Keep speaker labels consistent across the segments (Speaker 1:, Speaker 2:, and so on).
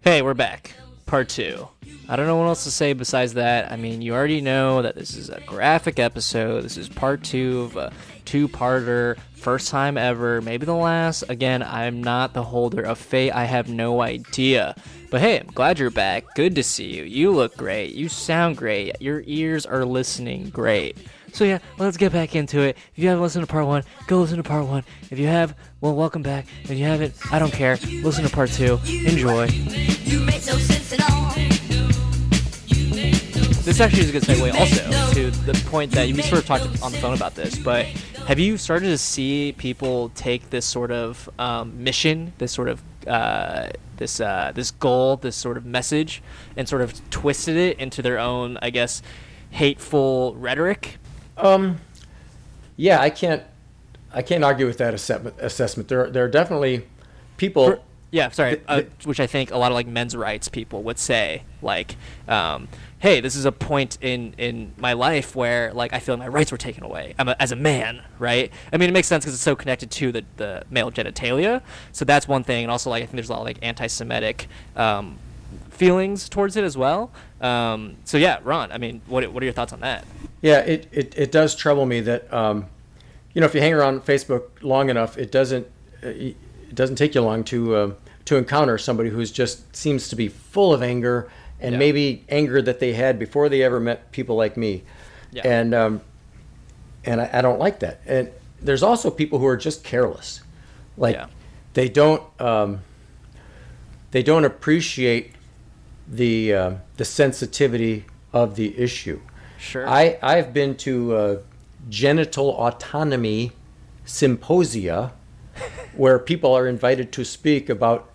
Speaker 1: Hey, we're back. Part two. I don't know what else to say besides that. I mean, you already know that this is a graphic episode. This is part two of a two parter, first time ever, maybe the last. Again, I'm not the holder of fate. I have no idea. But hey, I'm glad you're back. Good to see you. You look great. You sound great. Your ears are listening great. So yeah, let's get back into it. If you haven't listened to part one, go listen to part one. If you have, well, welcome back. If you haven't, I don't care. Listen to part two. Enjoy.
Speaker 2: You make no sense at all.
Speaker 1: This actually is a good segue also to the point that we sort of talked on the phone about this, but have you started to see people take this sort of um, mission, this sort of uh, this uh, this goal, this sort of message, and sort of twisted it into their own, I guess, hateful rhetoric?
Speaker 3: Um, yeah, I can't, I can't argue with that assessment. Assessment. There, are, there are definitely people.
Speaker 1: For- yeah, sorry,
Speaker 3: Th-
Speaker 1: uh,
Speaker 3: th-
Speaker 1: which I think a lot of like men's rights people would say, like, um, "Hey, this is a point in in my life where like I feel my rights were taken away. I'm a, as a man, right? I mean, it makes sense because it's so connected to the the male genitalia. So that's one thing, and also like I think there's a lot of like anti-Semitic um, feelings towards it as well. Um, so yeah, Ron, I mean, what what are your thoughts on that?
Speaker 3: yeah, it, it, it does trouble me that, um, you know, if you hang around Facebook long enough, it doesn't, uh, it doesn't take you long to, uh, to encounter somebody who's just seems to be full of anger and
Speaker 1: Yeah.
Speaker 3: maybe anger that they had before they ever met people like me.
Speaker 1: Yeah.
Speaker 3: And, um, and I, I don't like that. And there's also people who are just careless. Like
Speaker 1: Yeah.
Speaker 3: they don't, um, they don't appreciate the, uh, the sensitivity of the issue.
Speaker 1: Sure.
Speaker 3: I, I've been to uh, genital autonomy symposia where people are invited to speak about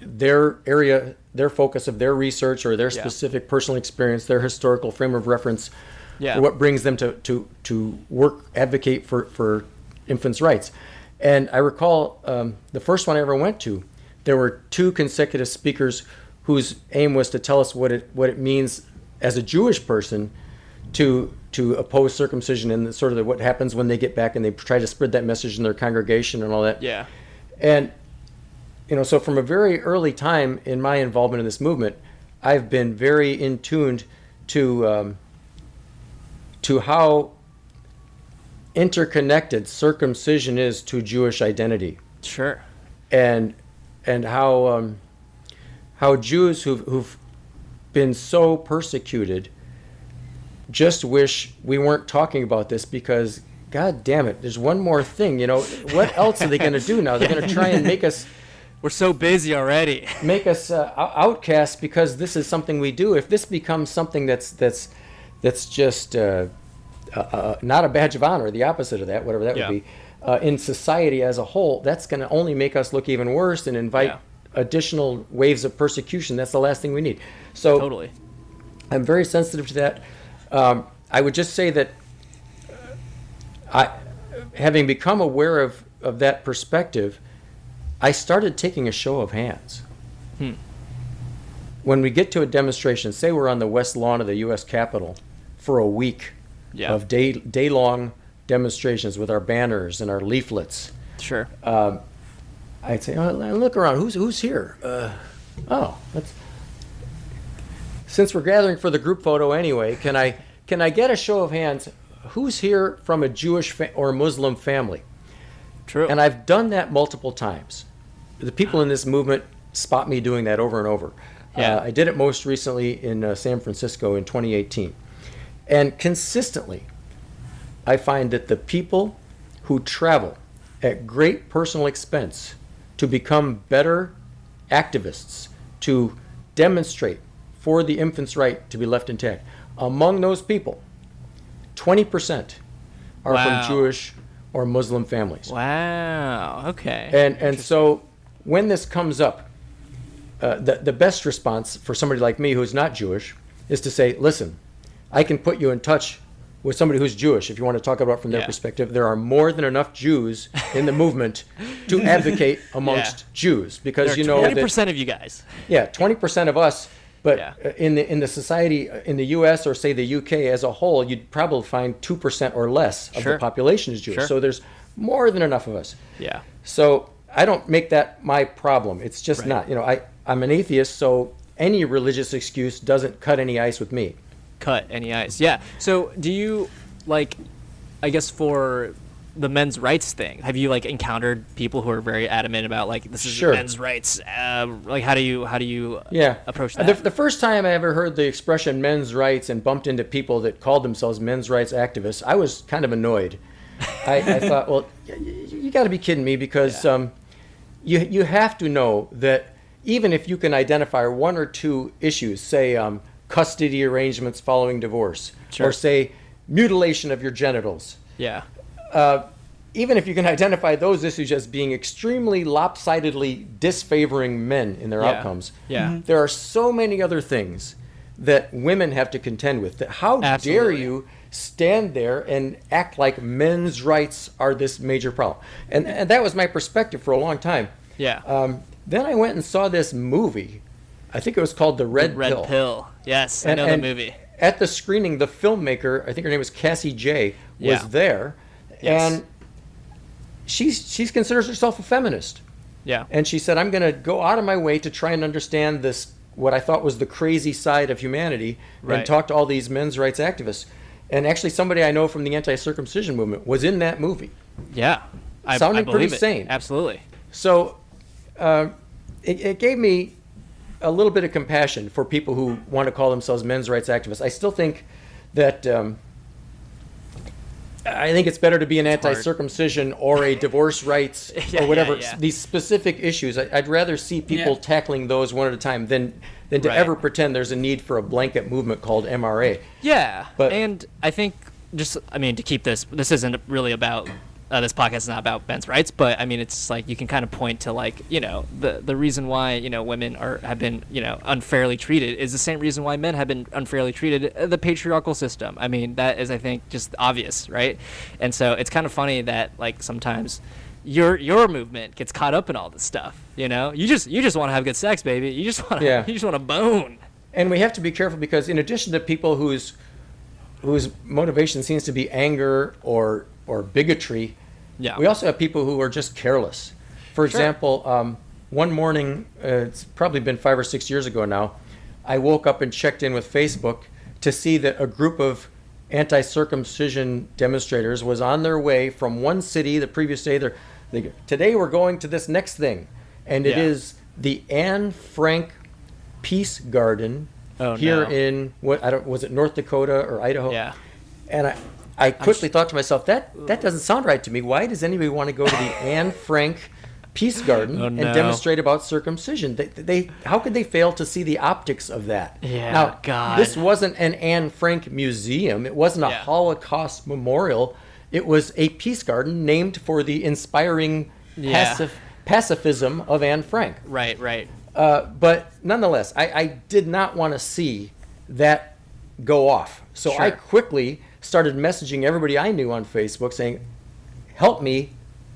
Speaker 3: their area, their focus of their research or their
Speaker 1: Yeah.
Speaker 3: specific personal experience, their historical frame of reference,
Speaker 1: Yeah.
Speaker 3: or what brings them to, to, to work, advocate for, for infants' rights. And I recall um, the first one I ever went to, there were two consecutive speakers whose aim was to tell us what it, what it means as a Jewish person to to oppose circumcision and sort of the, what happens when they get back and they try to spread that message in their congregation and all that.
Speaker 1: yeah.
Speaker 3: And you know, so from a very early time in my involvement in this movement, I've been very in tuned to um, to how interconnected circumcision is to Jewish identity
Speaker 1: Sure.
Speaker 3: and and how um, how Jews who've, who've been so persecuted just wish we weren't talking about this because God damn it, there's one more thing. You know, what else are they going to do now? They're going to try and make us
Speaker 1: We're so busy already.
Speaker 3: make us uh, ou- outcasts because this is something we do. If this becomes something that's that's that's just uh, uh, uh, not a badge of honor, the opposite of that, whatever that
Speaker 1: Yeah.
Speaker 3: would be, uh, in society as a whole, that's going to only make us look even worse and invite
Speaker 1: Yeah.
Speaker 3: additional waves of persecution. That's the last thing we need. So
Speaker 1: totally.
Speaker 3: I'm very sensitive to that. Um, I would just say that I, having become aware of, of that perspective, I started taking a show of hands. When we get to a demonstration, say we're on the west lawn of the U.S. Capitol for a week
Speaker 1: Yeah.
Speaker 3: of day day long demonstrations with our banners and our leaflets.
Speaker 1: Sure.
Speaker 3: Uh, I'd say, oh, l- look around. Who's who's here? Uh, oh, that's. Since we're gathering for the group photo anyway, can I can I get a show of hands? Who's here from a Jewish fa- or Muslim family?
Speaker 1: True.
Speaker 3: And I've done that multiple times. The people in this movement spot me doing that over and over.
Speaker 1: Yeah.
Speaker 3: Uh, I did it most recently in uh, San Francisco in 2018. And consistently, I find that the people who travel at great personal expense to become better activists, to demonstrate for the infant's right to be left intact, among those people, 20% are
Speaker 1: Wow.
Speaker 3: from Jewish or Muslim families.
Speaker 1: wow. Okay.
Speaker 3: And and so when this comes up, uh, the the best response for somebody like me who's not Jewish is to say, listen, I can put you in touch with somebody who's Jewish if you want to talk about it from their
Speaker 1: Yeah.
Speaker 3: perspective. There are more than enough Jews in the movement to advocate amongst Jews because you know
Speaker 1: twenty
Speaker 3: that
Speaker 1: percent of you guys.
Speaker 3: yeah, twenty percent of us. But
Speaker 1: Yeah.
Speaker 3: uh, in the in the society uh, in the U.S. or say the U.K. as a whole, you'd probably find two percent or less of
Speaker 1: Sure.
Speaker 3: the population is Jewish.
Speaker 1: Sure.
Speaker 3: So there's more than enough of us.
Speaker 1: Yeah.
Speaker 3: So I don't make that my problem. It's just
Speaker 1: Right.
Speaker 3: not. You know, I I'm an atheist, so any religious excuse doesn't cut any ice with me.
Speaker 1: cut any ice. Yeah. So do you like I guess for the men's rights thing, have you like encountered people who are very adamant about like this is
Speaker 3: Sure.
Speaker 1: men's rights? Uh, like how do you how do you
Speaker 3: Yeah.
Speaker 1: approach
Speaker 3: Uh,
Speaker 1: that?
Speaker 3: The, the first time I ever heard the expression men's rights and bumped into people that called themselves men's rights activists, I was kind of annoyed. I, I thought, well, y- y- you got to be kidding me because um, you, you have to know that even if you can identify one or two issues, say um, custody arrangements following divorce,
Speaker 1: Sure.
Speaker 3: or say mutilation of your genitals,
Speaker 1: yeah.
Speaker 3: even if you can identify those issues as being extremely lopsidedly disfavoring men in their
Speaker 1: Yeah.
Speaker 3: outcomes,
Speaker 1: Yeah. Mhm.
Speaker 3: there are so many other things that women have to contend with. That how dare
Speaker 1: Absolutely.
Speaker 3: you stand there and act like men's rights are this major problem? And, and that was my perspective for a long time.
Speaker 1: Yeah.
Speaker 3: Um, then I went and saw this movie. I think it was called The Red,
Speaker 1: Red pill. Yes, I know the movie.
Speaker 3: At the screening, the filmmaker, I think her name was Cassie J, was
Speaker 1: Yeah.
Speaker 3: there,
Speaker 1: Yes.
Speaker 3: and she's she considers herself a feminist,
Speaker 1: Yeah.
Speaker 3: and she said, "I'm going to go out of my way to try and understand this what I thought was the crazy side of humanity,
Speaker 1: Right.
Speaker 3: and talk to all these men's rights activists." And actually, somebody I know from the anti-circumcision movement was in that movie.
Speaker 1: yeah. I, I
Speaker 3: sounding
Speaker 1: believe
Speaker 3: pretty
Speaker 1: it.
Speaker 3: sane.
Speaker 1: Absolutely.
Speaker 3: So um it, it gave me a little bit of compassion for people who want to call themselves men's rights activists. I still think that um, I think it's better to be an
Speaker 1: hard.
Speaker 3: anti-circumcision or a divorce rights
Speaker 1: Yeah,
Speaker 3: or whatever
Speaker 1: yeah, yeah.
Speaker 3: these specific issues. I, I'd rather see people
Speaker 4: Yeah.
Speaker 3: tackling those one at a time than than to
Speaker 1: Right.
Speaker 3: ever pretend there's a need for a blanket movement called MRA.
Speaker 1: Yeah,
Speaker 3: But-
Speaker 1: and I think just I mean to keep this this isn't really about uh, this podcast is not about men's rights, but I mean it's like you can kind of point to like you know the the reason why you know women are have been you know unfairly treated is the same reason why men have been unfairly treated uh, the patriarchal system. I mean that is I think just obvious, right? And so it's kind of funny that like sometimes. Your your movement gets caught up in all this stuff, you know. You just you just want to have good sex, baby. You just want to
Speaker 3: Yeah.
Speaker 1: you just want to bone.
Speaker 3: and we have to be careful because in addition to people whose whose motivation seems to be anger or or bigotry,
Speaker 1: Yeah.
Speaker 3: we also have people who are just careless. For example, um, one morning, uh, it's probably been five or six years ago now, I woke up and checked in with Facebook to see that a group of anti-circumcision demonstrators was on their way from one city the previous day. They're, they go, today we're going to this next thing, and it
Speaker 1: Yeah.
Speaker 3: is the Anne Frank Peace Garden
Speaker 1: Oh,
Speaker 3: here
Speaker 1: no.
Speaker 3: in what I don't was it North Dakota or Idaho?
Speaker 1: Yeah.
Speaker 3: And I I quickly thought to myself that that doesn't sound right to me. Why does anybody want to go to the Anne Frank Peace Garden
Speaker 1: Oh, no.
Speaker 3: and demonstrate about circumcision? They, they how could they fail to see the optics of that?
Speaker 1: Yeah,
Speaker 3: Now,
Speaker 1: God.
Speaker 3: this wasn't an Anne Frank museum. It wasn't a
Speaker 1: Yeah.
Speaker 3: Holocaust memorial. It was a peace garden named for the inspiring
Speaker 1: Yeah.
Speaker 3: pacif- pacifism of Anne Frank.
Speaker 1: Right, right.
Speaker 3: Uh, but nonetheless, I, I did not want to see that go off. So I
Speaker 1: Sure.
Speaker 3: quickly started messaging everybody I knew on Facebook saying, help me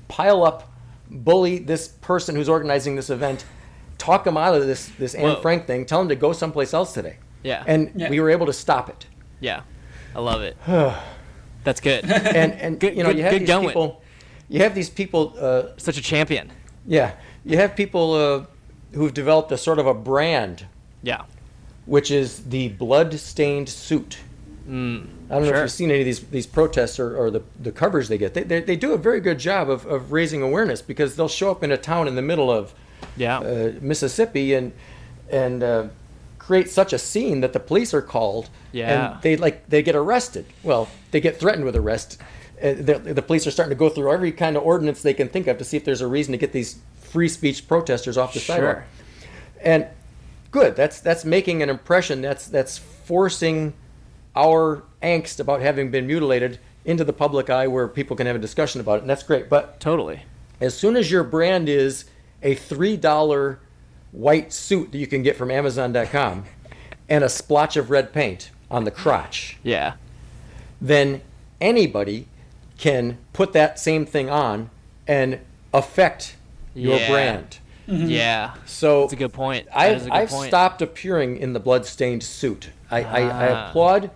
Speaker 3: pile up, bully this person who's organizing this event, talk him out of this, this Anne
Speaker 1: Whoa.
Speaker 3: Frank thing, tell him to go someplace else today.
Speaker 1: Yeah.
Speaker 3: And
Speaker 4: Yeah.
Speaker 3: we were able to stop it.
Speaker 1: Yeah, I love it. That's good.
Speaker 3: And, and
Speaker 1: Good-
Speaker 3: you know,
Speaker 1: good-
Speaker 3: you have
Speaker 1: good
Speaker 3: these
Speaker 1: going.
Speaker 3: people, you have these people, uh,
Speaker 1: Such a champion.
Speaker 3: yeah, you have people uh, who've developed a sort of a brand
Speaker 1: Yeah.
Speaker 3: which is the blood-stained suit. I don't know
Speaker 1: sure.
Speaker 3: if you've seen any of these these protests or, or the, the covers they get. They, they, they do a very good job of, of raising awareness because they'll show up in a town in the middle of
Speaker 1: Yeah.
Speaker 3: uh, Mississippi and and uh, create such a scene that the police are called.
Speaker 1: Yeah.
Speaker 3: And they like they get arrested. Well, they get threatened with arrest. Uh, the, the police are starting to go through every kind of ordinance they can think of to see if there's a reason to get these free speech protesters off the sidewalk
Speaker 1: Sure.
Speaker 3: and good that's that's making an impression that's that's forcing our angst about having been mutilated into the public eye where people can have a discussion about it and that's great but
Speaker 1: Totally.
Speaker 3: as soon as your brand is a $3 white suit that you can get from amazon.com and a splotch of red paint on the crotch
Speaker 1: Yeah.
Speaker 3: then anybody can put that same thing on and affect your
Speaker 1: Yeah.
Speaker 3: brand
Speaker 1: Yeah.
Speaker 3: Mm-hmm. so
Speaker 1: That's a good point. That
Speaker 3: I've,
Speaker 1: is a good
Speaker 3: I've
Speaker 1: point.
Speaker 3: stopped appearing in the bloodstained suit. I, I,
Speaker 1: Ah.
Speaker 3: I applaud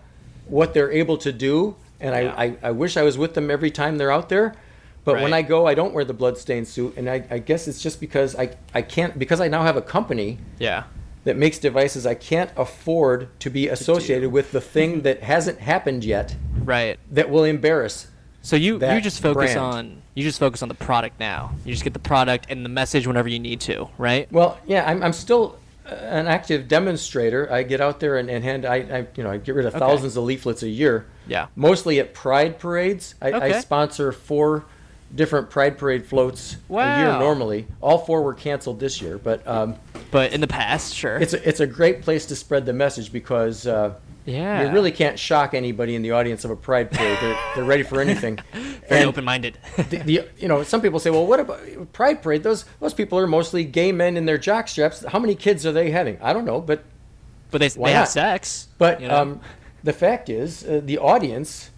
Speaker 3: what they're able to do, and
Speaker 1: Yeah.
Speaker 3: I, I, I wish I was with them every time they're out there. But when
Speaker 1: Right.
Speaker 3: I go, I don't wear the bloodstained suit, and I, I guess it's just because I, I can't because I now have a company
Speaker 1: Yeah.
Speaker 3: that makes devices I can't afford to be associated with the thing that hasn't happened yet
Speaker 1: Right.
Speaker 3: that will embarrass.
Speaker 1: So you you
Speaker 3: That
Speaker 1: just focus
Speaker 3: brand.
Speaker 1: on you just focus on the product now. You just get the product and the message whenever you need to, right?
Speaker 3: Well, yeah, I'm, I'm still uh, an active demonstrator. I get out there and, and hand I, I you know I get rid of thousands of leaflets a year.
Speaker 1: Yeah.
Speaker 3: mostly at pride parades. I,
Speaker 1: Okay.
Speaker 3: I sponsor four different pride parade floats a year
Speaker 1: Wow.
Speaker 3: normally. All four were canceled this year, but um,
Speaker 1: But in the past, sure.
Speaker 3: it's a, it's a great place to spread the message because uh,
Speaker 1: yeah.
Speaker 3: you really can't shock anybody in the audience of a pride parade. They're, they're ready for anything.
Speaker 1: very
Speaker 3: And
Speaker 1: open minded.
Speaker 3: The, the, you know, some people say, well, what about pride parade? Those those people are mostly gay men in their jock straps. How many kids are they having? I don't know, but
Speaker 1: but they,
Speaker 3: why
Speaker 1: they have
Speaker 3: not?
Speaker 1: sex.
Speaker 3: but
Speaker 1: you know?
Speaker 3: um, the fact is, uh, the audience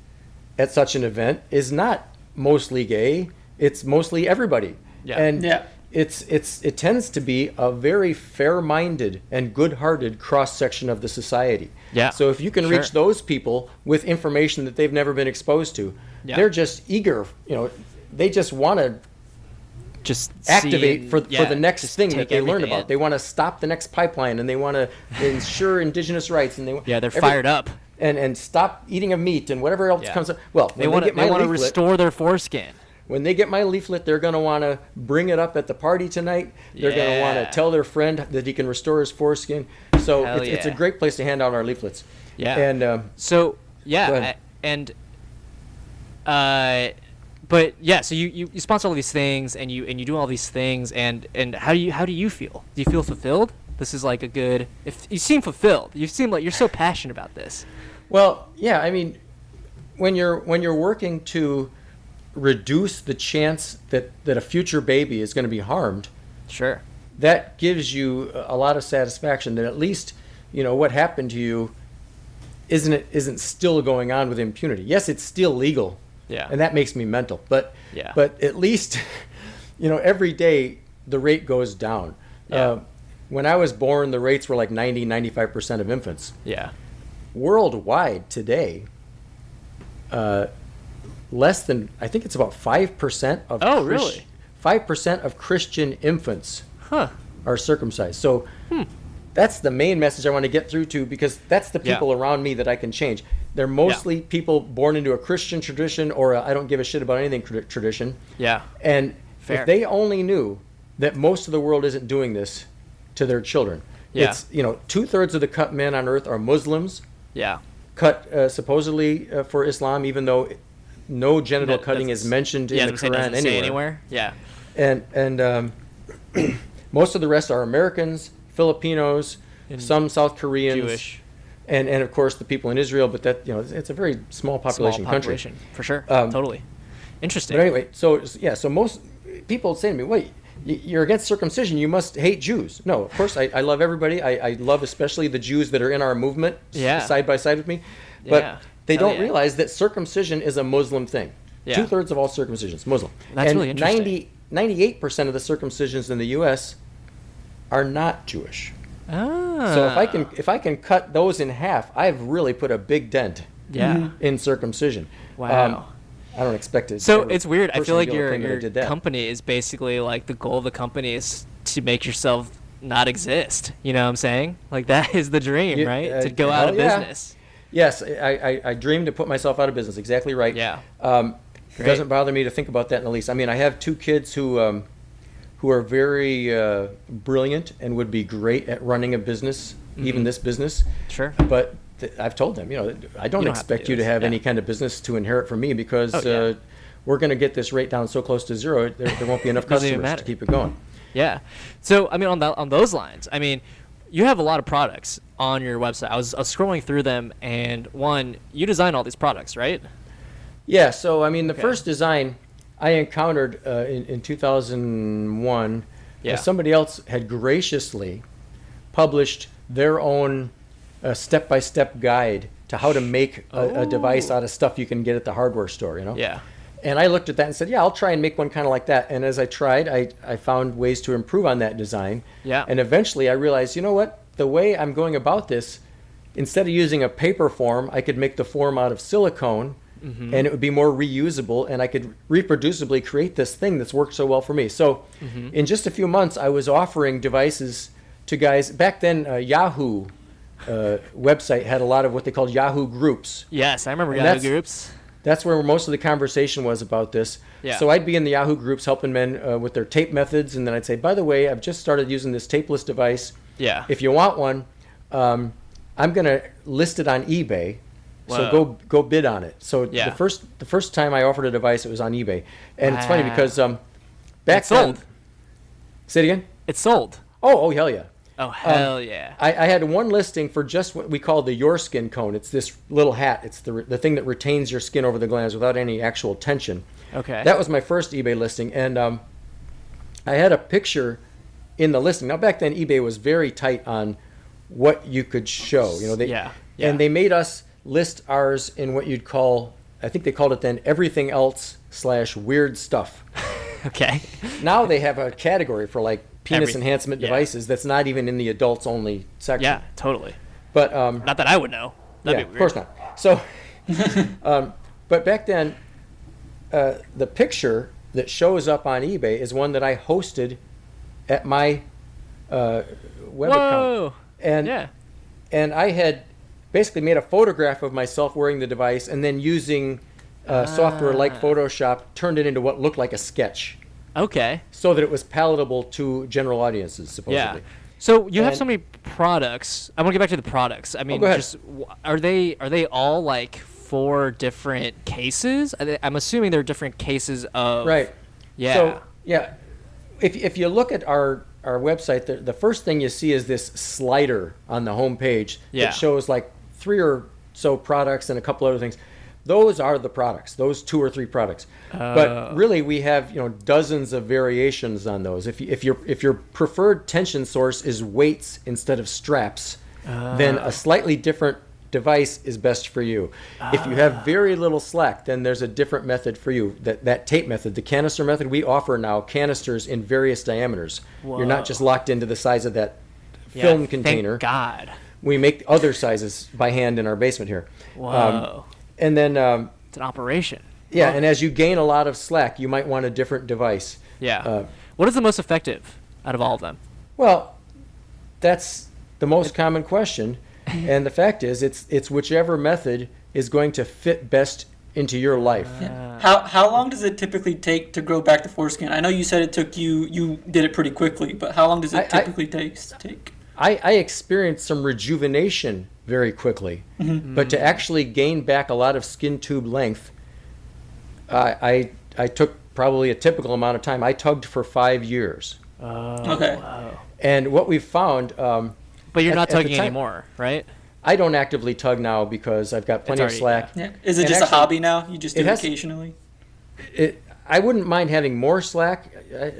Speaker 3: at such an event is not mostly gay. It's mostly everybody.
Speaker 1: Yeah.
Speaker 3: And
Speaker 4: Yeah.
Speaker 3: it's it's it tends to be a very fair-minded and good-hearted cross-section of the society.
Speaker 1: Yeah.
Speaker 3: So if you can reach
Speaker 1: Sure.
Speaker 3: those people with information that they've never been exposed to,
Speaker 1: Yeah.
Speaker 3: they're just eager, you know, they just want to
Speaker 1: just
Speaker 3: activate
Speaker 1: seeing-
Speaker 3: for,
Speaker 1: yeah,
Speaker 3: for the next
Speaker 1: just
Speaker 3: thing
Speaker 1: take
Speaker 3: that they learn
Speaker 1: everything
Speaker 3: about.
Speaker 1: in.
Speaker 3: They want to stop the next pipeline and they want to ensure indigenous rights and they wa-
Speaker 1: yeah, they're
Speaker 3: every-
Speaker 1: fired up.
Speaker 3: and and stop eating of meat and whatever else
Speaker 1: Yeah.
Speaker 3: comes up. Well, when
Speaker 1: They want to
Speaker 3: get my
Speaker 1: they want to
Speaker 3: leaflet-
Speaker 1: restore their foreskin.
Speaker 3: When they get my leaflet, they're going to want to bring it up at the party tonight. They're going to want
Speaker 1: Yeah.
Speaker 3: to tell their friend that he can restore his foreskin. So
Speaker 1: Hell
Speaker 3: it's, it's a
Speaker 1: yeah.
Speaker 3: great place to hand out our leaflets.
Speaker 1: Yeah.
Speaker 3: And um,
Speaker 1: So
Speaker 3: Go
Speaker 1: yeah,
Speaker 3: ahead.
Speaker 1: a- and uh, but yeah, so you, you, you sponsor all these things and you and you do all these things and and how do you how do you feel? Do you feel fulfilled? This is like a good. If you seem fulfilled, you seem like you're so passionate about this.
Speaker 3: well, yeah, I mean, when you're when you're working to reduce the chance that that a future baby is going to be harmed,
Speaker 1: Sure.
Speaker 3: that gives you a a lot of satisfaction that at least you know what happened to you isn't it isn't still going on with impunity yes it's still legal
Speaker 1: Yeah.
Speaker 3: and that makes me mental but
Speaker 1: Yeah.
Speaker 3: but at least you know every day the rate goes down uh, when i was born the rates were like 90 95% of infants
Speaker 1: Yeah.
Speaker 3: worldwide today uh, less than i think it's about 5% of
Speaker 1: Oh, really?
Speaker 3: 5% of christian infants
Speaker 1: Huh. Hmm.
Speaker 3: are circumcised. So that's the main message I want to get through to because that's the
Speaker 1: Yeah.
Speaker 3: people around me that I can change. They're mostly people born into a Christian tradition or I I don't give a shit about anything tra- tradition.
Speaker 1: Yeah.
Speaker 3: And
Speaker 1: Fair.
Speaker 3: if they only knew that most of the world isn't doing this to their children,
Speaker 1: Yeah.
Speaker 3: it's, you know, two thirds of the cut men on earth are Muslims,
Speaker 1: Yeah.
Speaker 3: cut uh, supposedly uh, for Islam, even though no genital
Speaker 1: That-
Speaker 3: cutting
Speaker 1: that's-
Speaker 3: is mentioned
Speaker 1: yeah,
Speaker 3: in the
Speaker 1: that's what I'm saying,
Speaker 3: Quran
Speaker 1: doesn't say
Speaker 3: anywhere
Speaker 1: anywhere. Yeah.
Speaker 3: and and um, most of the rest are Americans, Filipinos, some South Koreans,
Speaker 1: Jewish.
Speaker 3: and and of course the people in Israel. But that you know it's, it's a very small population
Speaker 1: Small population
Speaker 3: country.
Speaker 1: for sure.
Speaker 3: Um,
Speaker 1: totally. Interesting.
Speaker 3: But anyway, so yeah, so most people say to me, wait. y- You're against circumcision. You must hate Jews. No, of course I, I love everybody. I, I love especially the Jews that are in our movement, s-
Speaker 1: Yeah.
Speaker 3: side by side with me. But
Speaker 1: Yeah.
Speaker 3: they
Speaker 1: Hell
Speaker 3: don't
Speaker 1: yeah.
Speaker 3: realize that circumcision is a Muslim thing.
Speaker 1: Yeah.
Speaker 3: Two thirds of all circumcisions Muslim.
Speaker 1: That's
Speaker 3: and
Speaker 1: really interesting.
Speaker 3: 90, 98% of the circumcisions in the U.S. are not Jewish.
Speaker 1: Ah.
Speaker 3: So if I can if I can cut those in half, I've really put a big dent
Speaker 1: Yeah.
Speaker 3: in circumcision. Um,
Speaker 1: Wow.
Speaker 3: I don't expect it.
Speaker 1: So
Speaker 3: every
Speaker 1: it's weird. I
Speaker 3: person
Speaker 1: feel
Speaker 3: to
Speaker 1: like
Speaker 3: be able to
Speaker 1: your
Speaker 3: claim that I
Speaker 1: your
Speaker 3: did that.
Speaker 1: company is basically like the goal of the company is to make yourself not exist. You know what I'm saying? Like that is the dream,
Speaker 3: Yeah,
Speaker 1: right?
Speaker 3: uh,
Speaker 1: to go out
Speaker 3: hell
Speaker 1: of
Speaker 3: yeah.
Speaker 1: business.
Speaker 3: Yes, I, I, I dreamed to put myself out of business. Exactly right.
Speaker 1: Yeah.
Speaker 3: Um, it
Speaker 1: Great.
Speaker 3: doesn't bother me to think about that in the least. I mean, I have two kids who um, who are very uh, brilliant and would be great at running a business, even this business.
Speaker 1: Mm-hmm. Sure.
Speaker 3: But th- I've told them, you know, I don't,
Speaker 1: You don't have to
Speaker 3: expect
Speaker 1: do
Speaker 3: you to
Speaker 1: this.
Speaker 3: have any
Speaker 1: Yeah.
Speaker 3: kind of business to inherit from me because
Speaker 1: Oh, yeah.
Speaker 3: uh, we're going to get this rate down so close to zero, there, there won't be enough
Speaker 1: Doesn't even
Speaker 3: customers
Speaker 1: matter.
Speaker 3: to keep it going.
Speaker 1: Yeah. So I mean, on that on those lines, I mean, you have a lot of products on your website. I was, I was scrolling through them, and one, you design all these products, right?
Speaker 3: Yeah, so I mean, the
Speaker 1: Okay.
Speaker 3: first design I encountered uh, in, in 2001,
Speaker 1: Yeah.
Speaker 3: uh, somebody else had graciously published their own uh, step-by-step guide to how to make a, a device
Speaker 1: Oh.
Speaker 3: out of stuff you can get at the hardware store. You know.
Speaker 1: Yeah.
Speaker 3: And I looked at that and said, "Yeah, I'll try and make one kind of like that." And as I tried, I, I found ways to improve on that design.
Speaker 1: Yeah.
Speaker 3: And eventually, I realized, you know what? The way I'm going about this, instead of using a paper form, I could make the form out of silicone and it would be more reusable and i could reproducibly create this thing that's worked so well for me so in just a few months i was offering devices to guys back then uh, yahoo uh, website had a lot of what they called yahoo groups
Speaker 1: Yes, I remember
Speaker 3: And
Speaker 1: Yahoo
Speaker 3: that's-
Speaker 1: groups.
Speaker 3: that's where most of the conversation was about this.
Speaker 1: Yeah.
Speaker 3: So I'd be in the Yahoo groups helping men uh, with their tape methods, and then I'd say, by the way, I've just started using this tapeless device.
Speaker 1: Yeah.
Speaker 3: If you want one, um, I'm gonna list it on eBay.
Speaker 1: Whoa.
Speaker 3: So go go bid on it. So
Speaker 1: Yeah.
Speaker 3: the first the first time I offered a device, it was on eBay, and it's funny
Speaker 1: Wow.
Speaker 3: because um, back
Speaker 1: It's sold.
Speaker 3: then- Say it again.
Speaker 1: It's sold.
Speaker 3: Oh, oh hell yeah.
Speaker 1: Oh hell yeah.
Speaker 3: I, I had one listing for just what we call the your skin cone. It's this little hat. It's the, the thing that retains your skin over the glands without any actual tension.
Speaker 1: Okay.
Speaker 3: That was my first eBay listing, and um, I had a picture in the listing. Now back then, eBay was very tight on what you could show. You know, they
Speaker 1: Yeah, yeah.
Speaker 3: and they made us list ours in what you'd call. I think they called it then everything else slash weird stuff.
Speaker 1: okay.
Speaker 3: now they have a category for like penis
Speaker 1: Everything,
Speaker 3: enhancement
Speaker 1: yeah.
Speaker 3: devices that's not even in the adults only section.
Speaker 1: Yeah, totally.
Speaker 3: But um,
Speaker 1: Not that I would know. That'd be
Speaker 3: yeah, of
Speaker 1: weird.
Speaker 3: course not. So, um, but back then, uh, the picture that shows up on eBay is one that I hosted at my uh, web account,
Speaker 1: Whoa.
Speaker 3: and
Speaker 1: Yeah.
Speaker 3: and I had basically made a photograph of myself wearing the device, and then using uh, software like
Speaker 1: Ah.
Speaker 3: Photoshop, turned it into what looked like a sketch,
Speaker 1: Okay.
Speaker 3: so that it was palatable to general audiences. Supposedly,
Speaker 1: Yeah. So you have so
Speaker 3: And- Oh,
Speaker 1: many products. I want to get back to the products. I mean,
Speaker 3: go ahead.
Speaker 1: just w- are they are they all like four different cases? Are they, I'm assuming they're different cases of
Speaker 3: right?
Speaker 1: Yeah.
Speaker 3: So yeah, if if you look at our our website, the, the first thing you see is this slider on the homepage
Speaker 1: Yeah.
Speaker 3: that shows like three or so products and a couple other things. Those are the products. Those two or three products.
Speaker 1: Oh.
Speaker 3: But really, we have you know dozens of variations on those. If you, if your if your preferred tension source is weights instead of straps, then
Speaker 1: Ah.
Speaker 3: a slightly different device is best for you. if you
Speaker 1: Ah.
Speaker 3: have very little slack, then there's a different method for you. That that tape method, the canister method, we offer now canisters in various diameters. You're
Speaker 1: Whoa.
Speaker 3: not just locked into the size of that
Speaker 1: Yeah,
Speaker 3: film container.
Speaker 1: Thank God.
Speaker 3: We make other sizes by hand in our basement here. Um,
Speaker 1: Whoa.
Speaker 3: and then um,
Speaker 1: It's an operation.
Speaker 3: yeah, and as you gain a lot of slack, you might want a different device.
Speaker 1: Yeah.
Speaker 3: Uh,
Speaker 1: what is the most effective out of all of them?
Speaker 3: Well, that's the most common question, and the fact is, it's it's whichever method is going to fit best into your life.
Speaker 4: How how long does it typically take to grow back the foreskin? I know you said it took you you did it pretty quickly, but how long does
Speaker 3: I-
Speaker 4: it
Speaker 3: I-
Speaker 4: typically takes take?
Speaker 3: I, I experienced some rejuvenation very quickly, but to actually gain back a lot of skin tube length, I I, I took probably a typical amount of time. I tugged for five years,
Speaker 4: okay.
Speaker 3: and what we've found. Um,
Speaker 1: But you're
Speaker 3: At-
Speaker 1: not
Speaker 3: at the
Speaker 1: tugging
Speaker 3: time-
Speaker 1: anymore, right?
Speaker 3: I don't actively tug now because I've got plenty
Speaker 1: already-
Speaker 3: of slack.
Speaker 4: Yeah. Is it
Speaker 3: And
Speaker 4: just
Speaker 3: actually-
Speaker 4: a hobby now? You just do
Speaker 3: it
Speaker 4: it,
Speaker 3: has-
Speaker 4: occasionally?
Speaker 3: it, I wouldn't mind having more slack. I, I,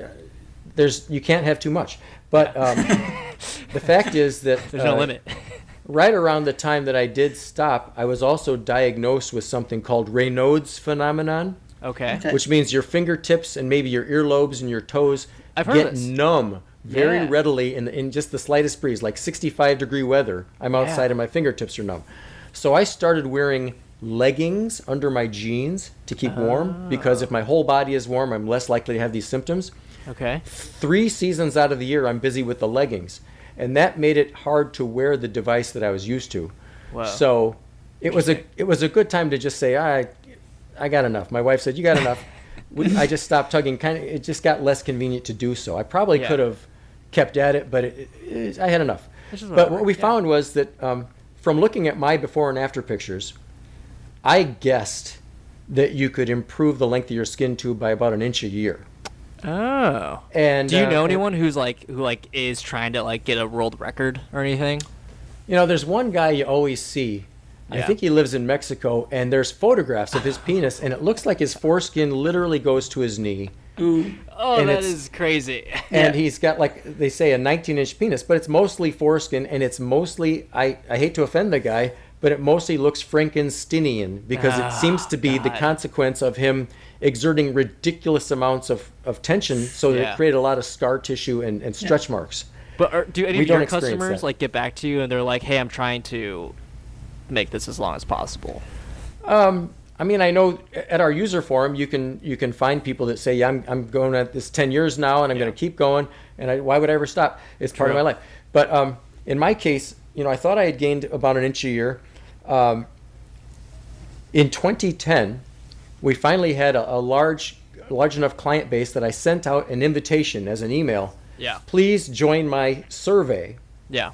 Speaker 3: there's you can't have too much, but um, the fact is that
Speaker 1: There's no
Speaker 3: uh,
Speaker 1: limit.
Speaker 3: Right around the time that I did stop, I was also diagnosed with something called Raynaud's phenomenon,
Speaker 1: okay.
Speaker 4: Okay.
Speaker 3: which means your fingertips and maybe your earlobes and your toes
Speaker 1: I've heard
Speaker 3: get
Speaker 1: this.
Speaker 3: numb very
Speaker 1: Yeah.
Speaker 3: readily in, in just the slightest breeze, like 65 degree weather. I'm outside and my fingertips are numb. So I started wearing leggings under my jeans to keep warm
Speaker 1: Ah.
Speaker 3: because if my whole body is warm, I'm less likely to have these symptoms
Speaker 1: Okay.
Speaker 3: three seasons out of the year I'm busy with the leggings, and that made it hard to wear the device that I was used to.
Speaker 1: Wow.
Speaker 3: So it was a it was a good time to just say "Ah, I I got enough. My wife said you got enough. we, I just stopped tugging. Kind of it just got less convenient to do so. I probably
Speaker 1: Yeah.
Speaker 3: could have kept at it, but it, it, I had enough.
Speaker 1: This is
Speaker 3: But
Speaker 1: whatever,
Speaker 3: what we
Speaker 1: yeah.
Speaker 3: found was that um, from looking at my before and after pictures, I guessed that you could improve the length of your skin tube by about an inch a year.
Speaker 1: Oh.
Speaker 3: And
Speaker 1: Do you
Speaker 3: uh,
Speaker 1: know
Speaker 3: and-
Speaker 1: anyone who's like who like is trying to like get a world record or anything?
Speaker 3: You know, there's one guy you always see. I
Speaker 1: Yeah.
Speaker 3: think he lives in Mexico, and there's photographs of his penis, and it looks like his foreskin literally goes to his knee.
Speaker 4: Ooh.
Speaker 1: Oh,
Speaker 3: And
Speaker 1: that
Speaker 3: it's-
Speaker 1: is crazy.
Speaker 3: And
Speaker 4: Yeah.
Speaker 3: he's got, like they say, a 19 inch penis, but it's mostly foreskin, and it's mostly, I, I hate to offend the guy, but it mostly looks Frankensteinian because
Speaker 1: Ah,
Speaker 3: it seems to be the
Speaker 1: God.
Speaker 3: consequence of him exerting ridiculous amounts of, of tension so that
Speaker 1: Yeah.
Speaker 3: it created a lot of scar tissue and, and stretch marks.
Speaker 1: But are, do any
Speaker 3: We
Speaker 1: of your
Speaker 3: don't experience
Speaker 1: customers
Speaker 3: that.
Speaker 1: like get back to you and they're like, "Hey, I'm trying to make this as long as possible."
Speaker 3: I mean, I know at our user forum, you can you can find people that say, "Yeah, I'm, I'm going at this ten years now, and I'm going to keep going, and I, why would I ever stop? It's part of my
Speaker 1: True.
Speaker 3: life." But um, in my case, you know, I thought I had gained about an inch a year. Um, in 2010, we finally had a, a large large enough client base that I sent out an invitation as an email.
Speaker 1: Yeah.
Speaker 3: Please join my survey.
Speaker 1: Yeah.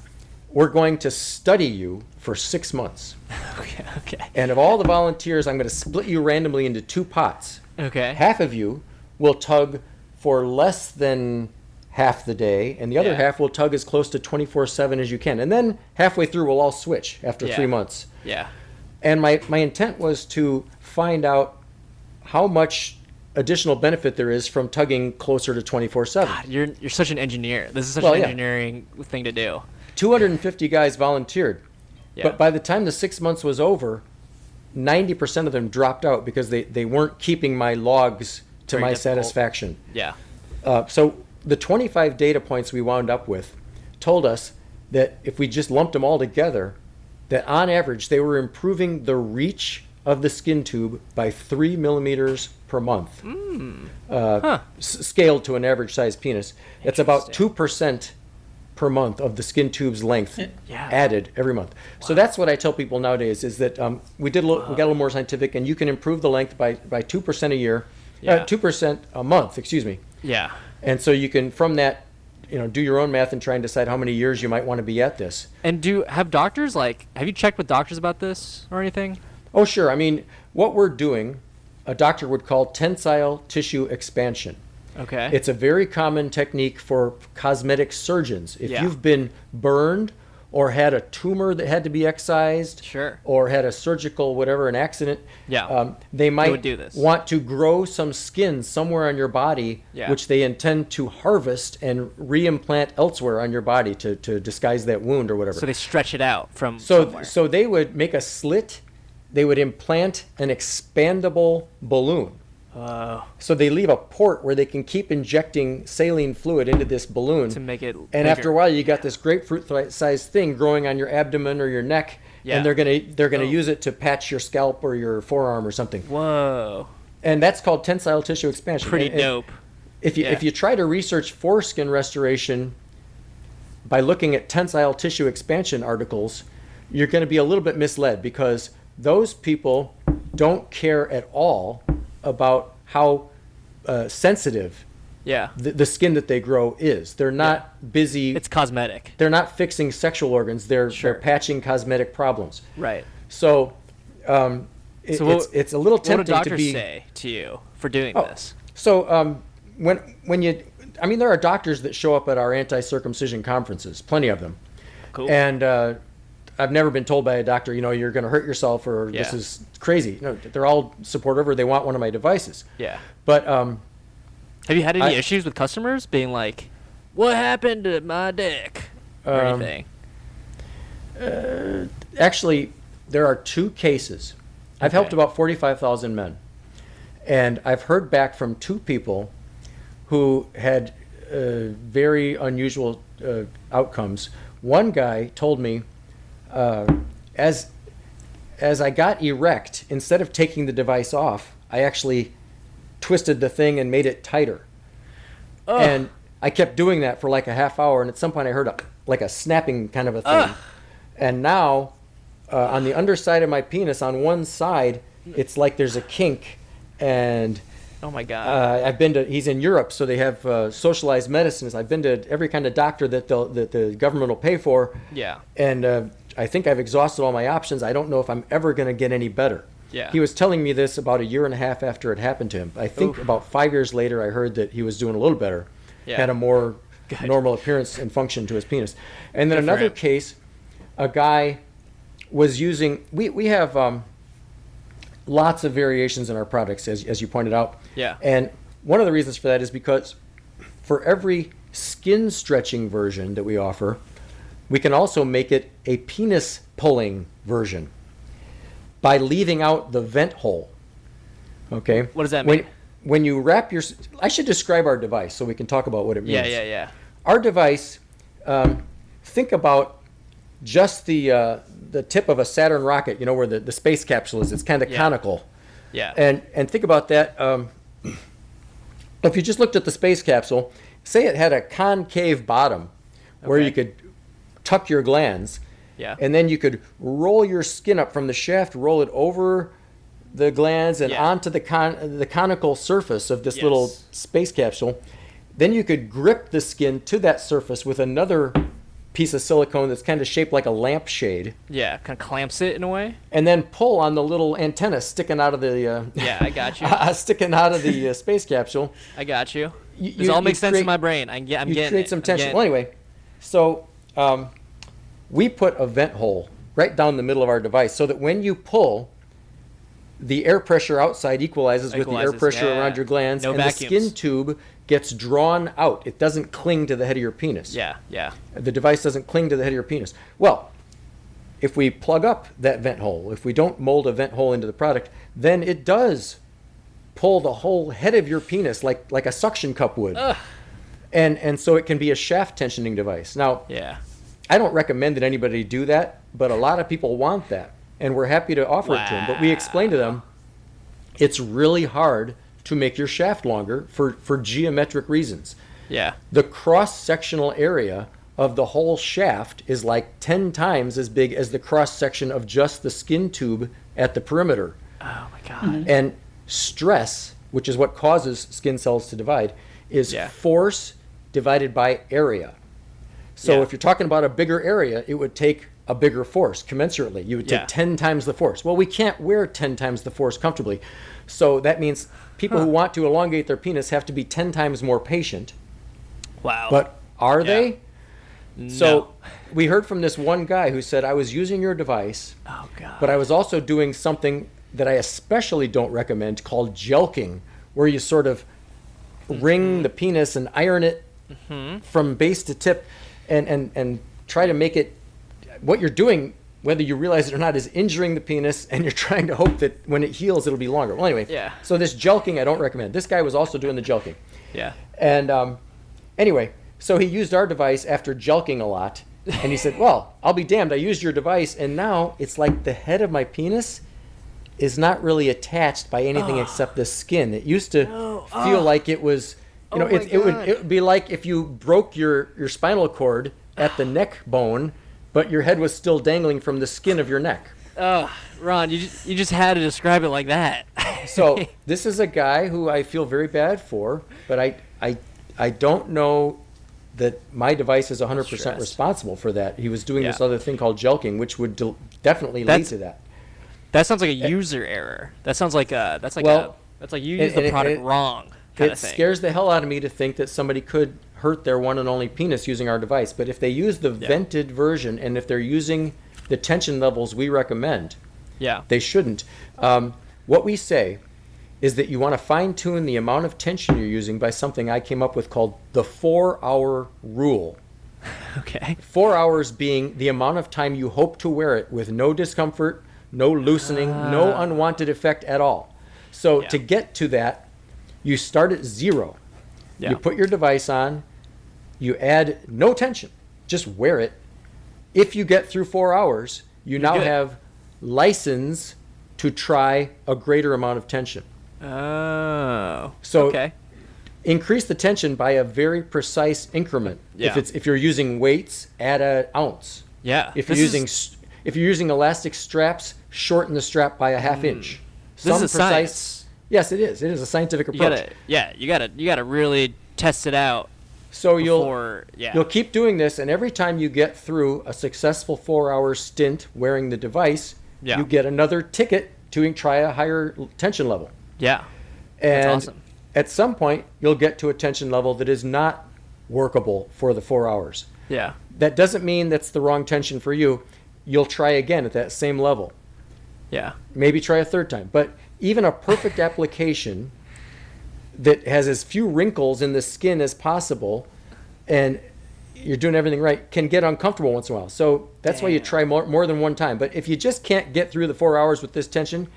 Speaker 3: We're going to study you for six months.
Speaker 1: Okay. Okay.
Speaker 3: And of all the volunteers, I'm going to split you randomly into two pots.
Speaker 1: Okay.
Speaker 3: Half of you will tug for less than half the day, and the other
Speaker 1: Yeah.
Speaker 3: half will tug as close to 24 7 as you can. And then halfway through, we'll all switch after
Speaker 1: Yeah.
Speaker 3: three months.
Speaker 1: yeah.
Speaker 3: And my, my intent was to find out how much additional benefit there is from tugging closer to 24 7.
Speaker 1: God, Ah, you're you're such an engineer. This is such
Speaker 3: Well,
Speaker 1: an
Speaker 3: yeah.
Speaker 1: engineering thing to do.
Speaker 3: 250 guys volunteered.
Speaker 1: Yeah.
Speaker 3: But by the time the six months was over, 90% of them dropped out because they, they weren't keeping my logs to
Speaker 1: Very
Speaker 3: my
Speaker 1: difficult.
Speaker 3: satisfaction.
Speaker 1: yeah.
Speaker 3: Uh, so the 25 data points we wound up with told us that if we just lumped them all together, that on average they were improving the reach of the skin tube by three millimeters per month,
Speaker 1: Hmm.
Speaker 3: uh, s- scaled to an average sized penis. That's about two percent per month of the skin tube's length
Speaker 1: Yeah.
Speaker 3: added every month. So that's what I tell people nowadays is that um, we did a little, we got a little more scientific, and you can improve the length by by two percent a year, uh,
Speaker 1: Yeah.
Speaker 3: two percent a month. Excuse me.
Speaker 1: Yeah.
Speaker 3: And so you can, from that, you know, do your own math and try and decide how many years you might want to be at this.
Speaker 1: And do have doctors like have you checked with doctors about this or anything?
Speaker 3: Oh, sure. I mean, what we're doing, a doctor would call tensile tissue expansion.
Speaker 1: Okay.
Speaker 3: It's a very common technique for cosmetic surgeons. If
Speaker 1: Yeah.
Speaker 3: you've been burned or had a tumor that had to be excised,
Speaker 1: Sure.
Speaker 3: or had a surgical whatever, an accident,
Speaker 1: Yeah.
Speaker 3: um, they might
Speaker 1: would do this.
Speaker 3: want to grow some skin somewhere on your body,
Speaker 1: Yeah.
Speaker 3: which they intend to harvest and reimplant elsewhere on your body to, to disguise that wound or whatever.
Speaker 1: so they stretch it out from
Speaker 3: So,
Speaker 1: somewhere.
Speaker 3: so they would make a slit. They would implant an expandable balloon.
Speaker 1: Uh.
Speaker 3: So they leave a port where they can keep injecting saline fluid into this balloon
Speaker 1: To make it
Speaker 3: And
Speaker 1: bigger.
Speaker 3: after a while, you got this grapefruit-sized thing growing on your abdomen or your neck,
Speaker 1: Yeah. Oh.
Speaker 3: and they're gonna they're gonna use it to patch your scalp or your forearm or something.
Speaker 1: Whoa.
Speaker 3: And that's called tensile tissue expansion.
Speaker 1: Pretty
Speaker 3: And- and
Speaker 1: dope.
Speaker 3: If you
Speaker 1: Yeah.
Speaker 3: if you try to research foreskin restoration by looking at tensile tissue expansion articles, you're going to be a little bit misled because those people don't care at all about how uh, sensitive
Speaker 1: Yeah.
Speaker 3: the, the skin that they grow is. They're not busy.
Speaker 1: It's cosmetic.
Speaker 3: they're not fixing sexual organs. They're
Speaker 1: Sure.
Speaker 3: they're patching cosmetic problems.
Speaker 1: Right.
Speaker 3: So, um, it-
Speaker 1: So what-
Speaker 3: it's, it's a little
Speaker 1: What do
Speaker 3: tempting
Speaker 1: doctors
Speaker 3: to be. Oh,
Speaker 1: say to you for doing this?
Speaker 3: So um, when when you, I mean, there are doctors that show up at our anti-circumcision conferences, plenty of them,
Speaker 1: Cool.
Speaker 3: and uh, I've never been told by a doctor, you know, you're going to hurt yourself or this
Speaker 1: Yeah.
Speaker 3: is crazy. No, they're all supportive or they want one of my devices.
Speaker 1: Yeah.
Speaker 3: But um,
Speaker 1: Have you had any
Speaker 3: I-
Speaker 1: issues with customers being like, "What happened to my dick?" or
Speaker 3: Um,
Speaker 1: anything?
Speaker 3: actually, there are two cases. I've helped
Speaker 1: Okay.
Speaker 3: about forty-five thousand men, and I've heard back from two people who had uh, very unusual uh, outcomes. One guy told me, uh, as as I got erect, instead of taking the device off, I actually twisted the thing and made it tighter. And I kept doing that for like a half hour, and at some point I heard a, like a snapping kind of a thing. And now, uh, on the underside of my penis, on one side, it's like there's a kink, and
Speaker 1: Oh my god.
Speaker 3: uh, I've been to. He's in Europe, so they have uh, socialized medicines. I've been to every kind of doctor that they'll, that the government will pay for.
Speaker 1: Yeah.
Speaker 3: And uh, I think I've exhausted all my options. I don't know if I'm ever going to get any better.
Speaker 1: Yeah.
Speaker 3: He was telling me this about a year and a half after it happened to him. I think
Speaker 1: Oof.
Speaker 3: about five years later, I heard that he was doing a little better.
Speaker 1: Yeah.
Speaker 3: Had a more
Speaker 1: Good.
Speaker 3: normal appearance and function to his penis. And then
Speaker 1: Good for
Speaker 3: another
Speaker 1: him.
Speaker 3: case, a guy was using. We we have. Um, lots of variations in our products, as, as you pointed out.
Speaker 1: Yeah.
Speaker 3: And one of the reasons for that is because for every skin stretching version that we offer, we can also make it a penis pulling version by leaving out the vent hole. Okay.
Speaker 1: What does that
Speaker 3: when,
Speaker 1: mean?
Speaker 3: When you wrap your, s- I should describe our device so we can talk about what it means
Speaker 1: yeah, yeah, yeah.
Speaker 3: our device, um, think about just the uh, the tip of a Saturn rocket. You know where the, the space capsule is. It's kind of
Speaker 1: Yeah.
Speaker 3: conical.
Speaker 1: Yeah.
Speaker 3: And and think about that. Um, if you just looked at the space capsule, say it had a concave bottom, where
Speaker 1: Okay.
Speaker 3: you could tuck your glands,
Speaker 1: Yeah.
Speaker 3: and then you could roll your skin up from the shaft, roll it over the glands and
Speaker 1: Yeah.
Speaker 3: onto the con- the conical surface of this little
Speaker 1: Yes.
Speaker 3: space capsule. Then you could grip the skin to that surface with another piece of silicone that's kind of shaped like a lampshade
Speaker 1: yeah, kind of clamps it in a way.
Speaker 3: and then pull on the little antenna sticking out of the uh,
Speaker 1: Yeah, I got you.
Speaker 3: sticking out of the uh, space capsule.
Speaker 1: I got you.
Speaker 3: You-
Speaker 1: this
Speaker 3: you-
Speaker 1: all
Speaker 3: you
Speaker 1: makes sense
Speaker 3: create-
Speaker 1: in my brain. I, get- I'm
Speaker 3: you
Speaker 1: getting
Speaker 3: create
Speaker 1: it.
Speaker 3: some
Speaker 1: I'm
Speaker 3: tension.
Speaker 1: getting
Speaker 3: Well,
Speaker 1: it.
Speaker 3: anyway, so um, we put a vent hole right down the middle of our device so that when you pull, the air pressure outside equalizes, with the air
Speaker 1: Equalizes,
Speaker 3: pressure
Speaker 1: yeah.
Speaker 3: around your glands,
Speaker 1: No
Speaker 3: and the
Speaker 1: vacuums.
Speaker 3: skin tube gets drawn out. It doesn't cling to the head of your penis.
Speaker 1: Yeah, yeah.
Speaker 3: the device doesn't cling to the head of your penis. Well, if we plug up that vent hole, if we don't mold a vent hole into the product, then it does pull the whole head of your penis like like a suction cup would. And and so it can be a shaft tensioning device. Now,
Speaker 1: Yeah.
Speaker 3: I don't recommend that anybody do that, but a lot of people want that, and we're happy to offer it to them. But we explain to them it's really hard to make your shaft longer for for geometric reasons
Speaker 1: Yeah.
Speaker 3: the cross sectional area of the whole shaft is like 10 times as big as the cross section of just the skin tube at the perimeter.
Speaker 1: Oh my god.
Speaker 3: And stress, which is what causes skin cells to divide, is
Speaker 1: Yeah.
Speaker 3: force divided by area. So
Speaker 1: Yeah.
Speaker 3: if you're talking about a bigger area, it would take a bigger force commensurately. You would take
Speaker 1: Yeah.
Speaker 3: 10 times the force. Well, we can't wear 10 times the force comfortably. So that means people who want to elongate their penis have to be 10 times more patient.
Speaker 1: Wow.
Speaker 3: But are they?
Speaker 1: No.
Speaker 3: So we heard from this one guy who said, I was using your device,
Speaker 1: oh god.
Speaker 3: but I was also doing something that I especially don't recommend called jelking, where you sort of
Speaker 1: Mm-hmm.
Speaker 3: wring the penis and iron it from base to tip and, and, and try to make it what you're doing. Whether you realize it or not is injuring the penis, and you're trying to hope that when it heals, it'll be longer. Well, anyway,
Speaker 1: Yeah.
Speaker 3: So this jelking, I don't recommend. This guy was also doing the jelking.
Speaker 1: yeah.
Speaker 3: And um, anyway, so he used our device after jelking a lot. And he said, Well, I'll be damned. I used your device. And now it's like the head of my penis is not really attached by anything except the skin. It used to feel like it was, you know,
Speaker 1: Oh my
Speaker 3: it, it, would,
Speaker 1: God.
Speaker 3: it would be like if you broke your, your spinal cord at the neck bone, but your head was still dangling from the skin of your neck.
Speaker 1: Ron, you just, you just had to describe it like that.
Speaker 3: So this is a guy who I feel very bad for, but I I I don't know that my device is 100%
Speaker 1: Stressed.
Speaker 3: responsible for that. He was doing this
Speaker 1: Yeah.
Speaker 3: other thing called jelking, which would del- definitely
Speaker 1: That's-
Speaker 3: lead to that.
Speaker 1: that sounds like a user error. That sounds like a that's like a
Speaker 3: Eh. Well,
Speaker 1: that's like you
Speaker 3: and-
Speaker 1: use
Speaker 3: and
Speaker 1: the
Speaker 3: it-
Speaker 1: product
Speaker 3: it-
Speaker 1: wrong kind
Speaker 3: it
Speaker 1: of thing.
Speaker 3: scares the hell out of me to think that somebody could hurt their one and only penis using our device. But if they use the
Speaker 1: Yeah.
Speaker 3: vented version and if they're using the tension levels we recommend,
Speaker 1: yeah.
Speaker 3: They shouldn't. Um, what we say is that you want to fine tune the amount of tension you're using by something I came up with called the four hour rule.
Speaker 1: okay.
Speaker 3: Four hours being the amount of time you hope to wear it with no discomfort, no loosening, no unwanted effect at all. So
Speaker 1: Ah. Yeah.
Speaker 3: to get to that, you start at zero.
Speaker 1: Yeah.
Speaker 3: You put your device on, you add no tension, just wear it. If you get through four hours, you now
Speaker 1: good.
Speaker 3: have license to try a greater amount of tension.
Speaker 1: oh.
Speaker 3: So-
Speaker 1: okay.
Speaker 3: Increase the tension by a very precise increment.
Speaker 1: Yeah.
Speaker 3: If it's if you're using weights, add an ounce.
Speaker 1: Yeah.
Speaker 3: If
Speaker 1: This
Speaker 3: you're using
Speaker 1: is-
Speaker 3: s if you're using elastic straps, shorten the strap by a half inch.
Speaker 1: Hmm. This
Speaker 3: Some
Speaker 1: is a science.
Speaker 3: Yes, it is. It is a scientific
Speaker 1: You
Speaker 3: approach.
Speaker 1: gotta yeah, you gotta you gotta really test it out
Speaker 3: so you'll
Speaker 1: before yeah.
Speaker 3: You'll keep doing this, and every time you get through a successful four hour stint wearing the device,
Speaker 1: Yeah.
Speaker 3: you get another ticket to try a higher l- tension level.
Speaker 1: yeah.
Speaker 3: And
Speaker 1: awesome.
Speaker 3: at some point, you'll get to a tension level that is not workable for the four hours.
Speaker 1: Yeah.
Speaker 3: That doesn't mean that's the wrong tension for you. You'll try again at that same level.
Speaker 1: Yeah.
Speaker 3: Maybe try a third time. But even a perfect application that has as few wrinkles in the skin as possible and you're doing everything right can get uncomfortable once in a while. So that's why you try more, more than one time. But if you just can't get through the four hours with this tension,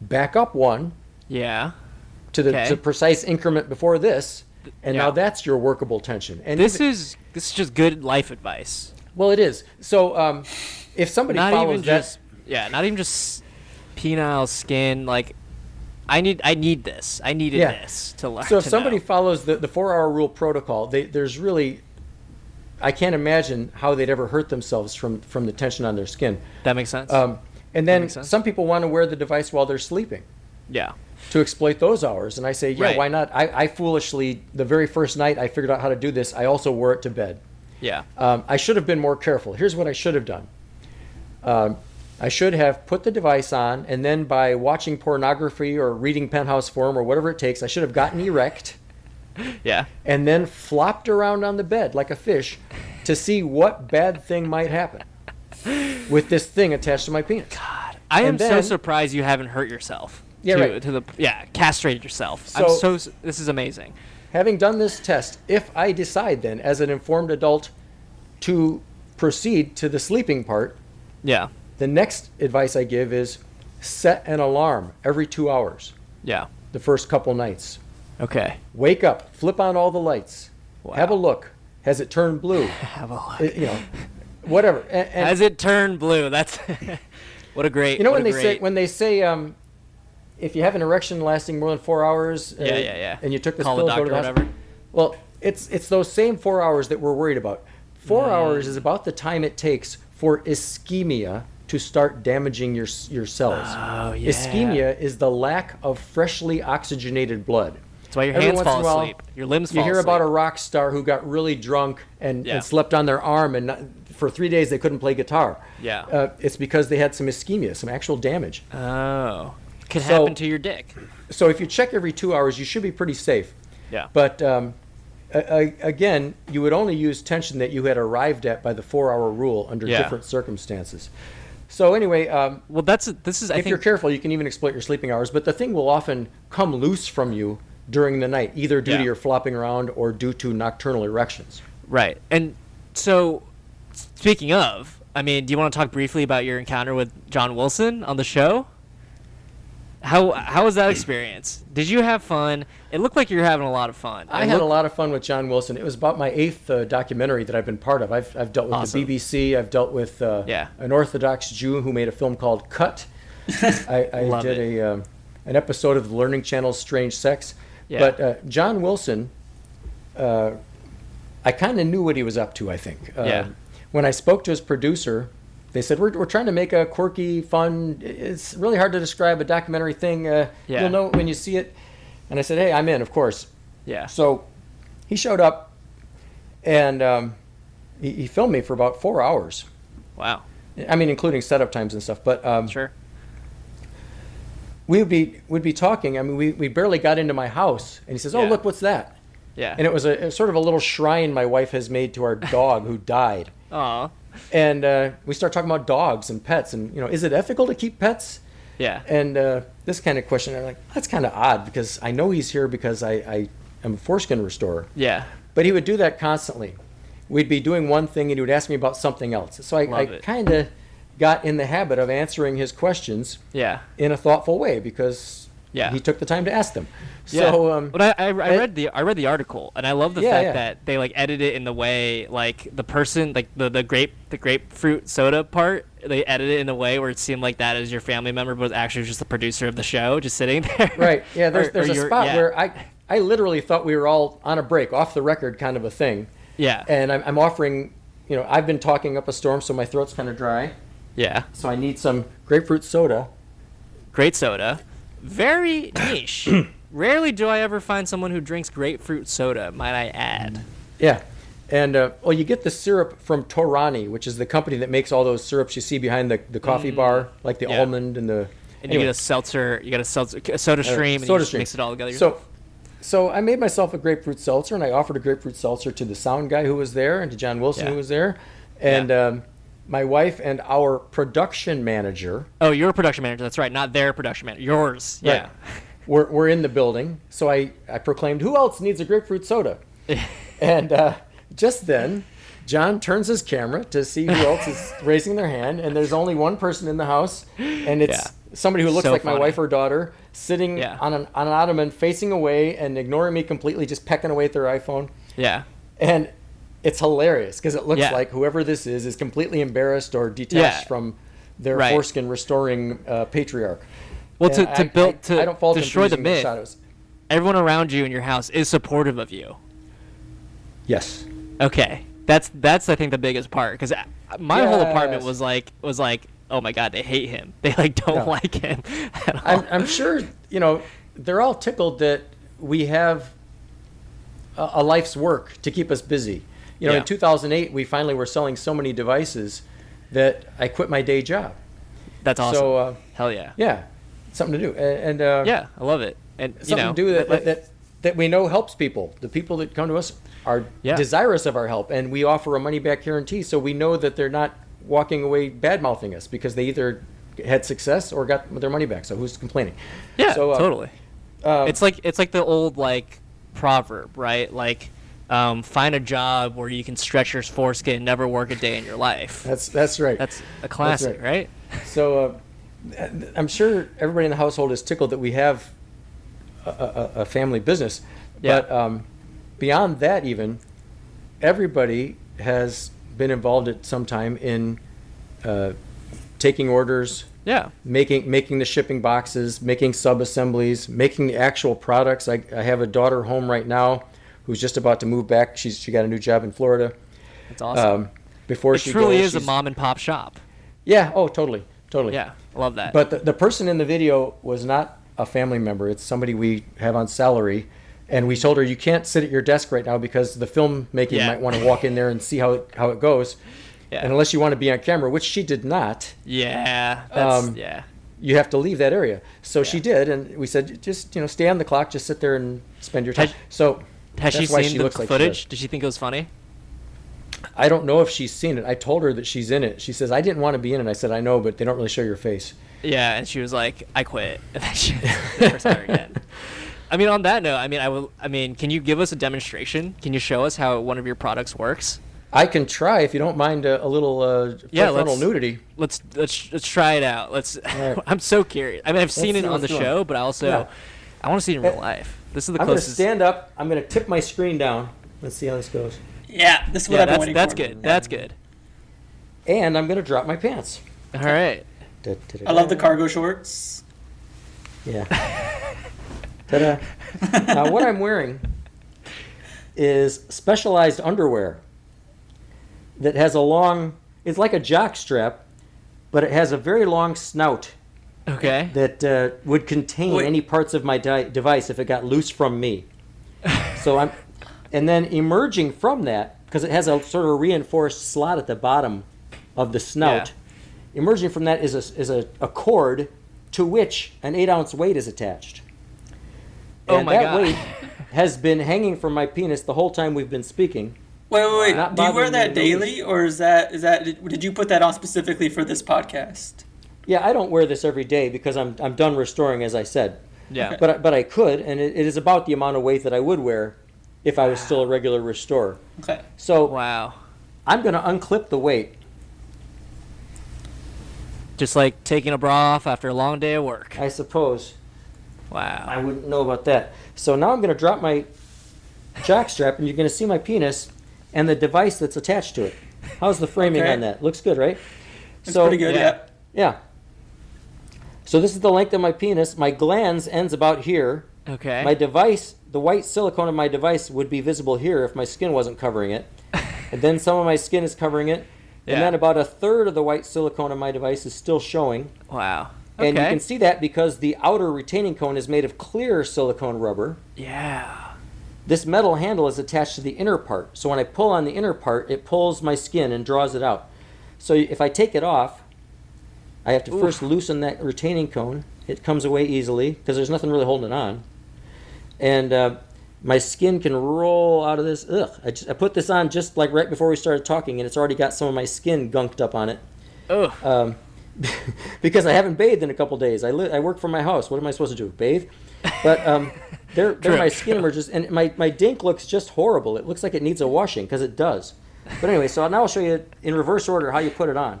Speaker 3: back up one
Speaker 1: Yeah.
Speaker 3: to the
Speaker 1: Okay.
Speaker 3: to precise increment before this, and now
Speaker 1: Yeah.
Speaker 3: that's your workable tension. And
Speaker 1: This
Speaker 3: even-
Speaker 1: is this is just good life advice.
Speaker 3: well, it is. So um, if somebody
Speaker 1: not
Speaker 3: follows
Speaker 1: even
Speaker 3: that,
Speaker 1: just yeah, not even just penile skin like I need I need this. I needed
Speaker 3: Yeah.
Speaker 1: this to learn.
Speaker 3: So if
Speaker 1: to
Speaker 3: somebody
Speaker 1: know.
Speaker 3: follows the, the four hour rule protocol, they, there's really, I can't imagine how they'd ever hurt themselves from, from the tension on their skin.
Speaker 1: that makes sense.
Speaker 3: Um, and then
Speaker 1: makes sense.
Speaker 3: some people want to wear the device while they're sleeping
Speaker 1: yeah.
Speaker 3: to exploit those hours. And I say, yeah,
Speaker 1: Right.
Speaker 3: why not? I, I foolishly, the very first night I figured out how to do this, I also wore it to bed.
Speaker 1: Yeah.
Speaker 3: Um, I should have been more careful. Here's what I should have done. Um, I should have put the device on, and then by watching pornography or reading Penthouse Forum or whatever it takes, I should have gotten erect
Speaker 1: Yeah.
Speaker 3: and then flopped around on the bed like a fish to see what bad thing might happen with this thing attached to my penis.
Speaker 1: I am
Speaker 3: And then-
Speaker 1: so surprised you haven't hurt yourself.
Speaker 3: Yeah,
Speaker 1: to,
Speaker 3: right.
Speaker 1: to the yeah, castrated yourself. I'm
Speaker 3: So-
Speaker 1: so s- this is amazing.
Speaker 3: Having done this test, if I decide then, as an informed adult, to proceed to the sleeping part,
Speaker 1: Yeah.
Speaker 3: the next advice I give is set an alarm every two hours.
Speaker 1: Yeah.
Speaker 3: the first couple nights.
Speaker 1: Okay.
Speaker 3: Wake up, flip on all the lights, have a look. Has it turned blue?
Speaker 1: Have a look.
Speaker 3: Uh, you know, whatever. And, and
Speaker 1: As it turned blue, that's what a great.
Speaker 3: you know
Speaker 1: what
Speaker 3: when
Speaker 1: a
Speaker 3: they say
Speaker 1: great-
Speaker 3: when they say um, if you have an erection lasting more than four hours, uh,
Speaker 1: Yeah, yeah, yeah.
Speaker 3: and you took this
Speaker 1: Call the
Speaker 3: pill, go
Speaker 1: doctor
Speaker 3: to the
Speaker 1: or
Speaker 3: hospital.
Speaker 1: whatever.
Speaker 3: Well, it's it's those same four hours that we're worried about.
Speaker 1: Mm-hmm.
Speaker 3: Four hours is about the time it takes for ischemia to start damaging your s- your cells.
Speaker 1: Oh, yeah.
Speaker 3: Ischemia is the lack of freshly oxygenated blood.
Speaker 1: That's why your
Speaker 3: Every
Speaker 1: hands
Speaker 3: once in
Speaker 1: fall
Speaker 3: a while,
Speaker 1: asleep. Your limbs
Speaker 3: You
Speaker 1: fall
Speaker 3: hear about a
Speaker 1: asleep.
Speaker 3: rock star who got really drunk and,
Speaker 1: Yeah.
Speaker 3: and slept on their arm, and not, for three days they couldn't play guitar.
Speaker 1: Yeah.
Speaker 3: Uh, it's because they had some ischemia, some actual damage.
Speaker 1: Oh. Could
Speaker 3: So-
Speaker 1: happen to your dick.
Speaker 3: So if you check every two hours, you should be pretty safe.
Speaker 1: Yeah.
Speaker 3: But um, a- a- again, you would only use tension that you had arrived at by the four-hour rule under
Speaker 1: Yeah.
Speaker 3: different circumstances. So anyway, um,
Speaker 1: Well, that's this is I
Speaker 3: if
Speaker 1: think
Speaker 3: you're careful, you can even exploit your sleeping hours. But the thing will often come loose from you during the night, either due
Speaker 1: Yeah.
Speaker 3: to your flopping around or due to nocturnal erections.
Speaker 1: right. And so, speaking of, I mean, do you want to talk briefly about your encounter with John Wilson on the show? How how was that experience? Did you have fun? It looked like you were having a lot of fun.
Speaker 3: I
Speaker 1: It
Speaker 3: had a
Speaker 1: looked-
Speaker 3: lot of fun with John Wilson. It was about my eighth uh, documentary that I've been part of. I've, I've dealt with
Speaker 1: Awesome.
Speaker 3: the BBC. I've dealt with uh,
Speaker 1: Yeah.
Speaker 3: an Orthodox Jew who made a film called Cut. I, I
Speaker 1: Love
Speaker 3: did
Speaker 1: it.
Speaker 3: a um, an episode of the Learning Channel's Strange Sex.
Speaker 1: Yeah.
Speaker 3: But uh, John Wilson, uh, I kind of knew what he was up to. I think. Uh,
Speaker 1: Yeah.
Speaker 3: When I spoke to his producer, they said we're, we're trying to make a quirky, fun. It's really hard to describe a documentary thing. Uh,
Speaker 1: Yeah.
Speaker 3: You'll know it when you see it. And I said, hey, I'm in, of course.
Speaker 1: yeah.
Speaker 3: So he showed up and um, he, he filmed me for about four hours.
Speaker 1: wow.
Speaker 3: I mean, including setup times and stuff. But um,
Speaker 1: Sure.
Speaker 3: we would be would be talking. I mean, we, we barely got into my house, and he says, "Oh,
Speaker 1: Yeah.
Speaker 3: look, what's that?"
Speaker 1: Yeah.
Speaker 3: And it was a, a sort of a little shrine my wife has made to our dog who died.
Speaker 1: Aw.
Speaker 3: And uh, we start talking about dogs and pets, and you know, is it ethical to keep pets?
Speaker 1: Yeah.
Speaker 3: And uh, this kind of question, I'm like, that's kind of odd because I know he's here because I, I am a foreskin restorer.
Speaker 1: yeah.
Speaker 3: But he would do that constantly. We'd be doing one thing and he would ask me about something else. So I,
Speaker 1: Love
Speaker 3: I
Speaker 1: it.
Speaker 3: kind of got in the habit of answering his questions
Speaker 1: Yeah.
Speaker 3: in a thoughtful way because
Speaker 1: Yeah.
Speaker 3: he took the time to ask them.
Speaker 1: Yeah.
Speaker 3: So, um,
Speaker 1: but I, I, I
Speaker 3: it-
Speaker 1: read the I read the article and I love the
Speaker 3: Yeah,
Speaker 1: fact
Speaker 3: yeah.
Speaker 1: that they like edit it in the way like the person like the, the grape the grapefruit soda part they edit it in a way where it seemed like that is your family member but was actually just the producer of the show just sitting there.
Speaker 3: right. Yeah, there's,
Speaker 1: Or-
Speaker 3: there's
Speaker 1: or
Speaker 3: a
Speaker 1: your-
Speaker 3: spot
Speaker 1: yeah.
Speaker 3: where I, I literally thought we were all on a break, off the record kind of a thing.
Speaker 1: yeah
Speaker 3: And I'm, I'm offering, you know, I've been talking up a storm, so my throat's kind of dry.
Speaker 1: yeah
Speaker 3: So I need some grapefruit soda.
Speaker 1: great soda very niche. Rarely do I ever find someone who drinks grapefruit soda. Might I add?
Speaker 3: Yeah. And uh, well, you get the syrup from Torani, which is the company that makes all those syrups you see behind the, the coffee bar, like the
Speaker 1: Mm. yeah.
Speaker 3: almond and the.
Speaker 1: And
Speaker 3: anyway,
Speaker 1: you get a seltzer. You get a seltzer a soda
Speaker 3: uh,
Speaker 1: stream. and you just Mix it all together.
Speaker 3: So, so I made myself a grapefruit seltzer, and I offered a grapefruit seltzer to the sound guy who was there, and to John Wilson
Speaker 1: Yeah.
Speaker 3: who was there, and
Speaker 1: Yeah.
Speaker 3: um, my wife and our production manager.
Speaker 1: Oh, your production manager. That's right. Not their production manager. Yours. Yeah.
Speaker 3: Right. We're, we're in the building. So I, I proclaimed, Who else needs a grapefruit soda? and uh, just then, John turns his camera to see who else is raising their hand. And there's only one person in the house. And it's
Speaker 1: Yeah.
Speaker 3: somebody who looks
Speaker 1: So
Speaker 3: like my
Speaker 1: funny.
Speaker 3: wife or daughter sitting
Speaker 1: Yeah.
Speaker 3: on, an, on an ottoman, facing away and ignoring me completely, just pecking away at their iPhone.
Speaker 1: Yeah.
Speaker 3: And it's hilarious because it looks
Speaker 1: Yeah.
Speaker 3: like whoever this is is completely embarrassed or detached
Speaker 1: Yeah.
Speaker 3: from their
Speaker 1: Right.
Speaker 3: foreskin restoring uh, patriarch.
Speaker 1: Well,
Speaker 3: And
Speaker 1: to, to
Speaker 3: I-
Speaker 1: build
Speaker 3: I-
Speaker 1: to
Speaker 3: I don't fault him for
Speaker 1: destroy the
Speaker 3: using those
Speaker 1: myth,
Speaker 3: shadows.
Speaker 1: everyone around you in your house is supportive of you.
Speaker 3: Yes.
Speaker 1: Okay, that's that's I think the biggest part because my whole apartment
Speaker 3: Yes.
Speaker 1: was like was like oh my god they hate him they like don't
Speaker 3: Yeah.
Speaker 1: like him. At all.
Speaker 3: I'm, I'm sure you know they're all tickled that we have a, a life's work to keep us busy. You know,
Speaker 1: Yeah.
Speaker 3: in 2008, we finally were selling so many devices that I quit my day job.
Speaker 1: that's awesome.
Speaker 3: So uh,
Speaker 1: Hell yeah.
Speaker 3: yeah, something to do, and, and uh,
Speaker 1: Yeah, I love it. And you
Speaker 3: something
Speaker 1: know,
Speaker 3: to do that,
Speaker 1: like-
Speaker 3: that, that that we know helps people. The people that come to us are
Speaker 1: Yeah.
Speaker 3: desirous of our help, and we offer a money back guarantee, so we know that they're not walking away bad mouthing us because they either had success or got their money back. So who's complaining?
Speaker 1: yeah,
Speaker 3: So, uh,
Speaker 1: totally. it's like it's like the old like proverb, right? Like, um, find a job where you can stretch your foreskin, and never work a day in your life.
Speaker 3: That's that's right.
Speaker 1: That's a classic, right?
Speaker 3: So uh, th- I'm sure everybody in the household is tickled that we have a, a, a family business.
Speaker 1: Yeah.
Speaker 3: But um, beyond that, even everybody has been involved at some time in uh, taking orders,
Speaker 1: Yeah.
Speaker 3: making making the shipping boxes, making sub assemblies, making the actual products. I, I have a daughter home right now who's just about to move back. She's she got a new job in Florida.
Speaker 1: That's awesome.
Speaker 3: Um, before
Speaker 1: it
Speaker 3: she
Speaker 1: truly
Speaker 3: goes,
Speaker 1: is a
Speaker 3: she's-
Speaker 1: mom and pop shop.
Speaker 3: Yeah. Oh, totally, totally.
Speaker 1: Yeah, I love that.
Speaker 3: But the, the person in the video was not a family member. It's somebody we have on salary. And we told her, you can't sit at your desk right now because the filmmaking
Speaker 1: Yeah.
Speaker 3: might want to walk in there and see how it, how it goes.
Speaker 1: Yeah.
Speaker 3: And unless you want to be on camera, which she did not,
Speaker 1: yeah, that's
Speaker 3: um,
Speaker 1: yeah.
Speaker 3: you have to leave that area. So she did. And we said, just, you know, stay on the clock, just sit there and spend your time.
Speaker 1: Has-
Speaker 3: so
Speaker 1: Has she
Speaker 3: that's why
Speaker 1: seen the
Speaker 3: looks like she
Speaker 1: footage?
Speaker 3: does.
Speaker 1: Did she think it was funny?
Speaker 3: I don't know if she's seen it. I told her that she's in it. She says, I didn't want to be in it. I said, I know, but they don't really show your face.
Speaker 1: Yeah, and she was like, "I quit." And then she never saw her again. I mean, on that note, I mean, I will. I mean, can you give us a demonstration? Can you show us how one of your products works?
Speaker 3: I can try if you don't mind a, a little uh,
Speaker 1: Yeah,
Speaker 3: frontal
Speaker 1: let's-
Speaker 3: nudity.
Speaker 1: Let's let's let's try it out. Let's.
Speaker 3: right.
Speaker 1: I'm so curious. I mean, I've seen
Speaker 3: Let's
Speaker 1: it
Speaker 3: see
Speaker 1: on the
Speaker 3: what's going on.
Speaker 1: show, but I also
Speaker 3: Yeah.
Speaker 1: I want to see it in real life. This is the
Speaker 3: I'm going to
Speaker 1: closest.
Speaker 3: stand up. I'm going to tip my screen down. Let's see how this goes.
Speaker 4: Yeah, this is what
Speaker 1: yeah,
Speaker 4: I've been
Speaker 1: that's
Speaker 4: waiting
Speaker 1: that's
Speaker 4: for.
Speaker 1: good. That's good.
Speaker 3: And I'm going to drop my pants.
Speaker 1: All right.
Speaker 3: Da-da-da-da.
Speaker 4: I love the cargo shorts.
Speaker 3: Yeah. Ta-da. Now, what I'm wearing is specialized underwear that has a long, it's like a jock strap, but it has a very long snout
Speaker 1: Okay.
Speaker 3: that uh, would contain
Speaker 4: Wait.
Speaker 3: any parts of my di- device if it got loose from me. so I'm, and then emerging from that because it has a sort of reinforced slot at the bottom of the snout. Emerging from that is a is a, a cord to which an eight ounce weight is attached.
Speaker 1: Oh
Speaker 3: and
Speaker 1: my
Speaker 3: that
Speaker 1: God.
Speaker 3: weight has been hanging from my penis the whole time we've been speaking.
Speaker 4: Wait, wait, wait.
Speaker 3: Not
Speaker 4: Do you
Speaker 3: bothering
Speaker 4: wear
Speaker 3: me to
Speaker 4: that
Speaker 3: notice.
Speaker 4: daily, or is that is that did, did you put that on specifically for this podcast?
Speaker 3: Yeah, I don't wear this every day because I'm I'm done restoring, as I said.
Speaker 1: Yeah.
Speaker 3: But I- but I could, and it, it is about the amount of weight that I would wear if I was still a regular restorer.
Speaker 4: Okay.
Speaker 3: So
Speaker 1: Wow.
Speaker 3: I'm going to unclip the weight.
Speaker 1: Just like taking a bra off after a long day of work.
Speaker 3: I suppose I
Speaker 1: Wow.
Speaker 3: wouldn't know about that. So now I'm going to drop my jock strap, and you're going to see my penis and the device that's attached to it. How's the framing
Speaker 4: Okay.
Speaker 3: on that? Looks good, right?
Speaker 4: It's pretty good.
Speaker 1: yeah.
Speaker 4: Yeah.
Speaker 3: Yeah. So this is the length of my penis. My glands ends about here.
Speaker 1: Okay.
Speaker 3: My device, the white silicone of my device would be visible here if my skin wasn't covering it. and then some of my skin is covering it.
Speaker 1: Yeah.
Speaker 3: And then about a third of the white silicone of my device is still showing.
Speaker 1: wow. Okay.
Speaker 3: And you can see that because the outer retaining cone is made of clear silicone rubber.
Speaker 1: yeah.
Speaker 3: This metal handle is attached to the inner part. So when I pull on the inner part, it pulls my skin and draws it out. So if I take it off, I have to first loosen that retaining cone. It comes away easily because there's nothing really holding it on. And uh, my skin can roll out of this. Ugh. I, just, I put this on just like right before we started talking, and it's already got some of my skin gunked up on it
Speaker 1: Ugh.
Speaker 3: um, because I haven't bathed in a couple days. I, li- I work from my house. What am I supposed to do? Bathe? But um, there, there
Speaker 1: True,
Speaker 3: my skin
Speaker 1: true.
Speaker 3: emerges, and my, my dink looks just horrible. It looks like it needs a washing because it does. But anyway, so now I'll show you in reverse order how you put it on.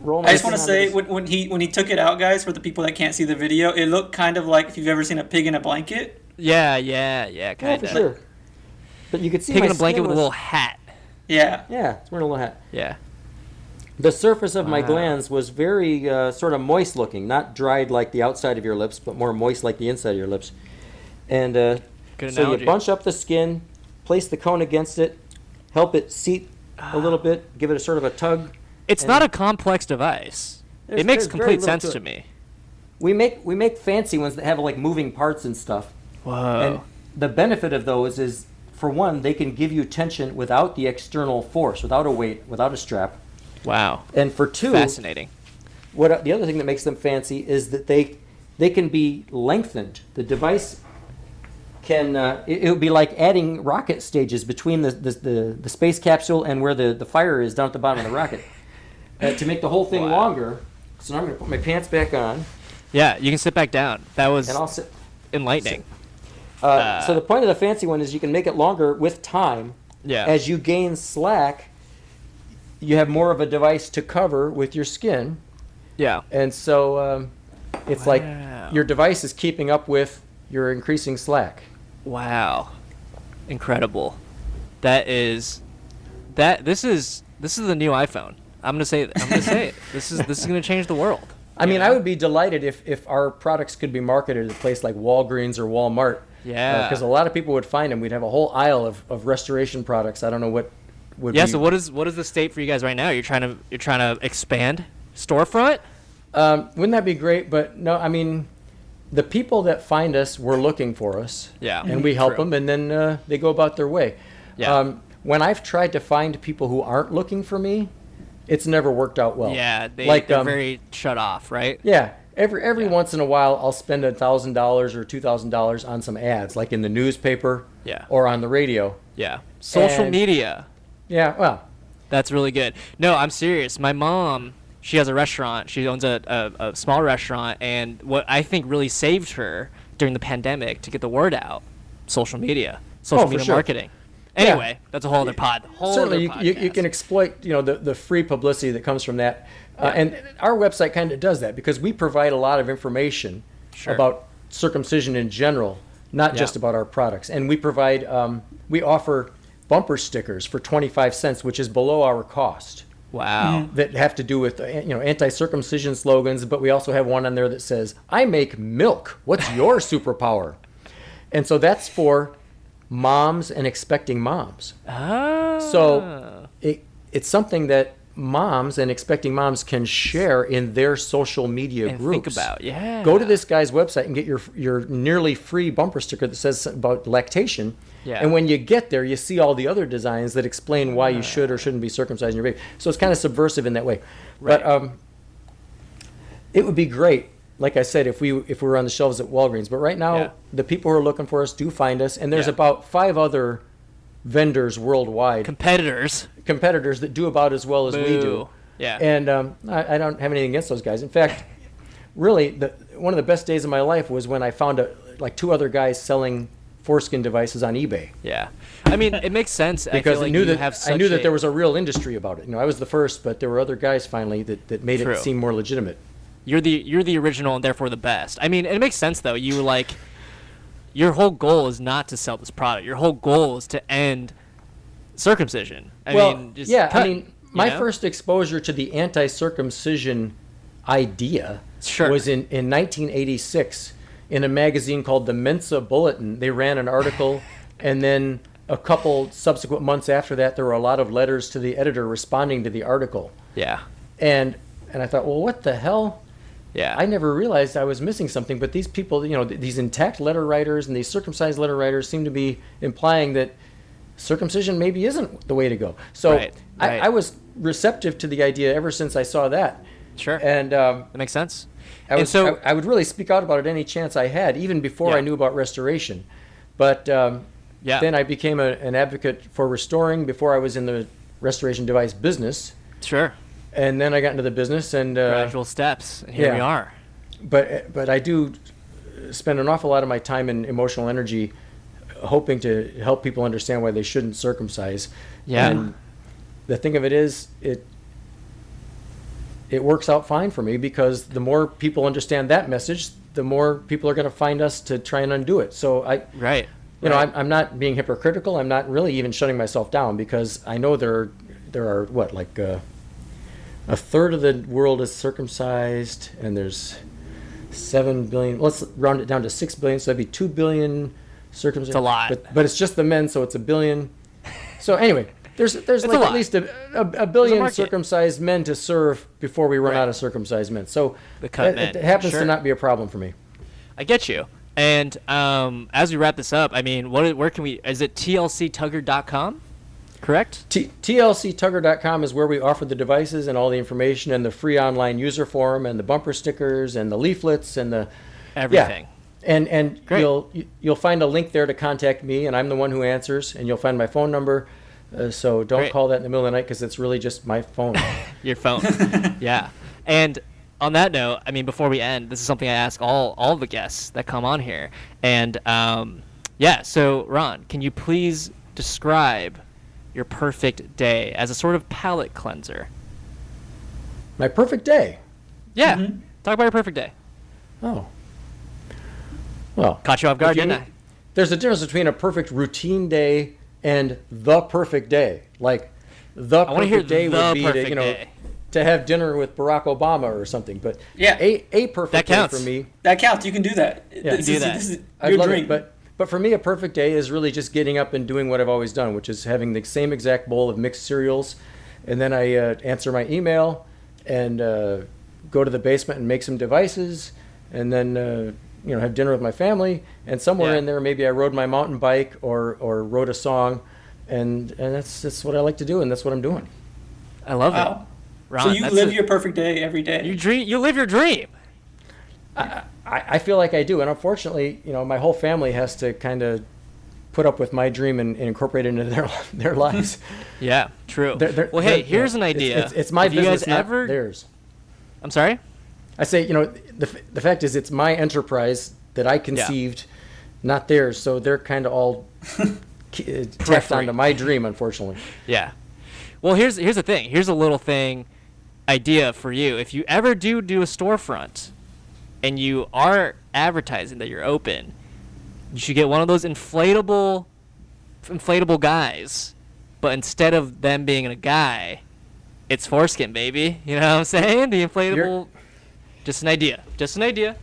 Speaker 3: Roll my
Speaker 4: I just want to
Speaker 3: skin
Speaker 4: say
Speaker 3: onto
Speaker 4: when, when he when he took it out, guys, for the people that can't see the video, it looked kind of like if you've ever seen a pig in a blanket.
Speaker 1: yeah. Yeah. Yeah.
Speaker 3: this- yeah,
Speaker 1: Kind
Speaker 3: for
Speaker 1: of.
Speaker 3: sure. But you could see
Speaker 1: Taking
Speaker 3: my
Speaker 1: a blanket
Speaker 3: skin
Speaker 1: with
Speaker 3: was-
Speaker 1: a little hat.
Speaker 4: Yeah.
Speaker 3: Yeah, it's wearing a little hat.
Speaker 1: Yeah.
Speaker 3: The surface of my
Speaker 1: Wow.
Speaker 3: glands was very uh, sort of moist looking, not dried like the outside of your lips, but more moist like the inside of your lips. And uh,
Speaker 1: Good
Speaker 3: so
Speaker 1: analogy.
Speaker 3: you bunch up the skin, place the cone against it, help it seat
Speaker 1: Ah.
Speaker 3: a little bit, give it a sort of a tug.
Speaker 1: It's
Speaker 3: and-
Speaker 1: not a complex device.
Speaker 3: There's-
Speaker 1: It makes
Speaker 3: there's very
Speaker 1: complete
Speaker 3: little
Speaker 1: sense to,
Speaker 3: to it.
Speaker 1: me.
Speaker 3: We make we make fancy ones that have like moving parts and stuff. And
Speaker 1: Whoa.
Speaker 3: the benefit of those is, for one, they can give you tension without the external force, without a weight, without a strap.
Speaker 1: wow.
Speaker 3: And for two,
Speaker 1: Fascinating.
Speaker 3: what the other thing that makes them fancy is that they they can be lengthened. The device can uh, it, it would be like adding rocket stages between the the, the, the space capsule and where the, the fire is down at the bottom of the rocket uh, to make the whole thing
Speaker 1: Wow.
Speaker 3: longer. So now I'm going to put my pants back on,
Speaker 1: Yeah, you can sit back down. That was
Speaker 3: and I'll sit.
Speaker 1: enlightening.
Speaker 3: Uh,
Speaker 1: Ah.
Speaker 3: so the point of the fancy one is you can make it longer with time.
Speaker 1: Yeah.
Speaker 3: As you gain slack, you have more of a device to cover with your skin.
Speaker 1: yeah.
Speaker 3: And so um, it's
Speaker 1: Wow.
Speaker 3: like your device is keeping up with your increasing slack.
Speaker 1: Wow. Incredible. That is that this is this is the new iPhone. I'm going to say I'm going to say it. This is this is going to change the world.
Speaker 3: I mean,
Speaker 1: Yeah.
Speaker 3: I would be delighted if, if our products could be marketed at a place like Walgreens or Walmart.
Speaker 1: Yeah.
Speaker 3: Because a lot of people would find them. We'd have a whole aisle of, of restoration products. I don't know what would
Speaker 1: Yeah,
Speaker 3: be.
Speaker 1: so what is what is the state for you guys right now? You're trying to you're trying to expand storefront?
Speaker 3: Um, wouldn't that be great? But no, I mean, the people that find us were looking for us.
Speaker 1: Yeah,
Speaker 3: And we help
Speaker 1: true.
Speaker 3: them, and then uh, they go about their way.
Speaker 1: Yeah.
Speaker 3: Um, when I've tried to find people who aren't looking for me, it's never worked out well.
Speaker 1: Yeah, they,
Speaker 3: Oh. like
Speaker 1: they're
Speaker 3: um,
Speaker 1: very shut off, right?
Speaker 3: yeah. Every every
Speaker 1: Yeah.
Speaker 3: once in a while, I'll spend a thousand dollars or two thousand dollars on some ads, like in the newspaper.
Speaker 1: Yeah.
Speaker 3: Or on the radio.
Speaker 1: Yeah. Social
Speaker 3: And-
Speaker 1: media.
Speaker 3: Yeah. Well.
Speaker 1: That's really good. No, I'm serious. My mom, she has a restaurant. She owns a, a, a small restaurant, and what I think really saved her during the pandemic to get the word out, social media, social
Speaker 3: Oh, for
Speaker 1: media
Speaker 3: sure.
Speaker 1: marketing.
Speaker 3: Yeah.
Speaker 1: Anyway, that's a whole other pod. Whole
Speaker 3: certainly
Speaker 1: other
Speaker 3: you, you, you
Speaker 1: podcast.
Speaker 3: can exploit you know the, the free publicity that comes from that uh, and our website kind of does that because we provide a lot of information
Speaker 1: Sure.
Speaker 3: about circumcision in general not
Speaker 1: Yeah.
Speaker 3: just about our products and we provide um, we offer bumper stickers for 25 cents which is below our cost
Speaker 1: Wow.
Speaker 3: that have to do with uh, you know anti-circumcision slogans but we also have one on there that says i make milk what's your superpower and so that's for moms and expecting moms
Speaker 1: Ah.
Speaker 3: so it, it's something that moms and expecting moms can share in their social media
Speaker 1: And think
Speaker 3: groups.
Speaker 1: about, yeah.
Speaker 3: Go to this guy's website and get your your nearly free bumper sticker that says about lactation.
Speaker 1: Yeah.
Speaker 3: And when you get there, you see all the other designs that explain why you should or shouldn't be circumcising your baby. So it's kind of subversive in that way. But
Speaker 1: Right.
Speaker 3: um, it would be great, like I said, if we if we were on the shelves at Walgreens. But right now,
Speaker 1: Yeah.
Speaker 3: the people who are looking for us do find us, and there's
Speaker 1: Yeah.
Speaker 3: about five other vendors worldwide
Speaker 1: competitors.
Speaker 3: competitors that do about as well as we do.
Speaker 1: Boo. Yeah.
Speaker 3: And um, I, I don't have anything against those guys. In fact, really, the, one of the best days of my life was when I found a, like two other guys selling foreskin devices on eBay
Speaker 1: yeah. I mean, it makes sense. I
Speaker 3: because
Speaker 1: feel like
Speaker 3: I knew
Speaker 1: you
Speaker 3: that
Speaker 1: have
Speaker 3: I knew
Speaker 1: such
Speaker 3: that there
Speaker 1: a-
Speaker 3: was a real industry about it. You know, I was the first, but there were other guys finally that, that made
Speaker 1: True.
Speaker 3: it seem more legitimate.
Speaker 1: you're the you're the original and therefore the best. I mean, it makes sense though. You like your whole goal is not to sell this product. Your whole goal is to end circumcision. I
Speaker 3: well,
Speaker 1: mean, just
Speaker 3: yeah,
Speaker 1: cut,
Speaker 3: I mean,
Speaker 1: you
Speaker 3: my
Speaker 1: know?
Speaker 3: first exposure to the anti-circumcision idea
Speaker 1: Sure.
Speaker 3: was in, in 1986 in a magazine called the Mensa Bulletin. They ran an article, and then a couple subsequent months after that, there were a lot of letters to the editor responding to the article,
Speaker 1: yeah,
Speaker 3: and and I thought, well, what the hell?
Speaker 1: yeah,
Speaker 3: I never realized I was missing something, but these people, you know, th- these intact letter writers and these circumcised letter writers seem to be implying that circumcision maybe isn't the way to go. So
Speaker 1: Right,
Speaker 3: I,
Speaker 1: right.
Speaker 3: I was receptive to the idea ever since I saw that.
Speaker 1: sure,
Speaker 3: And um,
Speaker 1: that makes sense.
Speaker 3: I,
Speaker 1: and
Speaker 3: was,
Speaker 1: so
Speaker 3: I, I would really speak out about it any chance I had, even before I
Speaker 1: Yeah.
Speaker 3: knew about restoration. But um,
Speaker 1: Yeah.
Speaker 3: then I became a, an advocate for restoring before I was in the restoration device business.
Speaker 1: sure,
Speaker 3: And then I got into the business and uh,
Speaker 1: gradual steps. And here we
Speaker 3: yeah.
Speaker 1: are.
Speaker 3: but but I do spend an awful lot of my time and emotional energy hoping to help people understand why they shouldn't circumcise.
Speaker 1: Yeah.
Speaker 3: And the thing of it is, it it works out fine for me because the more people understand that message, the more people are going to find us to try and undo it. So I.
Speaker 1: Right.
Speaker 3: You know,
Speaker 1: right.
Speaker 3: I'm, I'm not being hypocritical. I'm not really even shutting myself down because I know there are, there are what like uh, a third of the world is circumcised, and there's seven billion. Let's round it down to six billion. So that'd be two billion circumcised. It's
Speaker 1: a lot.
Speaker 3: but, but it's just the men, so it's a billion. So anyway, there's there's
Speaker 1: It's
Speaker 3: like
Speaker 1: a
Speaker 3: at
Speaker 1: lot.
Speaker 3: least a, a, a billion
Speaker 1: market.
Speaker 3: circumcised men to serve before we run
Speaker 1: Right.
Speaker 3: out of circumcised men. So
Speaker 1: The cut
Speaker 3: it, it
Speaker 1: men,
Speaker 3: happens
Speaker 1: sure.
Speaker 3: to not be a problem for me.
Speaker 1: I get you. And um, as we wrap this up, I mean, what? Where can we? Is it tlctugger.com? Correct.
Speaker 3: T- TLCTugger.com is where we offer the devices and all the information and the free online user forum and the bumper stickers and the leaflets and the
Speaker 1: Everything.
Speaker 3: Yeah. And and
Speaker 1: Great.
Speaker 3: you'll you- you'll find a link there to contact me, and I'm the one who answers, and you'll find my phone number. Uh, so don't
Speaker 1: Great.
Speaker 3: call that in the middle of the night because it's really just my phone.
Speaker 1: Your phone. yeah. And on that note, I mean, before we end, this is something I ask all all the guests that come on here. And um, yeah, so Ron, can you please describe your perfect day as a sort of palate cleanser?
Speaker 3: my perfect day.
Speaker 1: Yeah.
Speaker 3: Mm-hmm.
Speaker 1: Talk about your perfect day.
Speaker 3: Oh. Well,
Speaker 1: Caught you off guard,
Speaker 3: if
Speaker 1: didn't
Speaker 3: need-
Speaker 1: I?
Speaker 3: There's a difference between a perfect routine day and the perfect day. Like the
Speaker 1: wanna
Speaker 3: perfect
Speaker 1: hear
Speaker 3: day
Speaker 1: the
Speaker 3: would be to
Speaker 1: perfect
Speaker 3: you know
Speaker 1: day.
Speaker 3: to have dinner with Barack Obama or something. But
Speaker 4: Yeah.
Speaker 3: a a perfect
Speaker 1: That counts.
Speaker 3: day for me.
Speaker 4: That counts. You can do that. Yeah,
Speaker 1: do that.
Speaker 4: This is
Speaker 3: I
Speaker 4: your
Speaker 3: love
Speaker 4: dream.
Speaker 3: it, but but for me, a perfect day is really just getting up and doing what I've always done, which is having the same exact bowl of mixed cereals, and then I uh, answer my email, and uh, go to the basement and make some devices, and then uh, you know have dinner with my family, and somewhere
Speaker 1: Yeah.
Speaker 3: in there maybe I rode my mountain bike or or wrote a song, and and that's that's what I like to do, and that's what I'm doing.
Speaker 1: I love
Speaker 4: wow.
Speaker 1: it. Ron,
Speaker 4: so you
Speaker 1: that's
Speaker 4: live
Speaker 1: a-
Speaker 4: your perfect day every day.
Speaker 1: you dream you live your dream.
Speaker 3: I, I feel like I do, and unfortunately, you know, my whole family has to kind of put up with my dream and, and incorporate it into their their lives.
Speaker 1: Yeah, true.
Speaker 3: They're- they're-
Speaker 1: well, hey,
Speaker 3: they're-
Speaker 1: here's an
Speaker 3: it's-
Speaker 1: idea.
Speaker 3: It's, it's my
Speaker 1: If you
Speaker 3: business,
Speaker 1: guys
Speaker 3: not
Speaker 1: ever?
Speaker 3: theirs.
Speaker 1: I'm sorry.
Speaker 3: I say, you know, the, f- the fact is, it's my enterprise that I conceived, not theirs. So they're kind of all ki- uh, tacked
Speaker 1: Periphery.
Speaker 3: onto my dream, unfortunately.
Speaker 1: Yeah. Well, here's here's the thing. Here's a little thing idea for you. If you ever do do a storefront and you are advertising that you're open, you should get one of those inflatable inflatable guys, but instead of them being a guy, it's foreskin, baby. You know what I'm saying? The inflatable just an idea. Just an idea.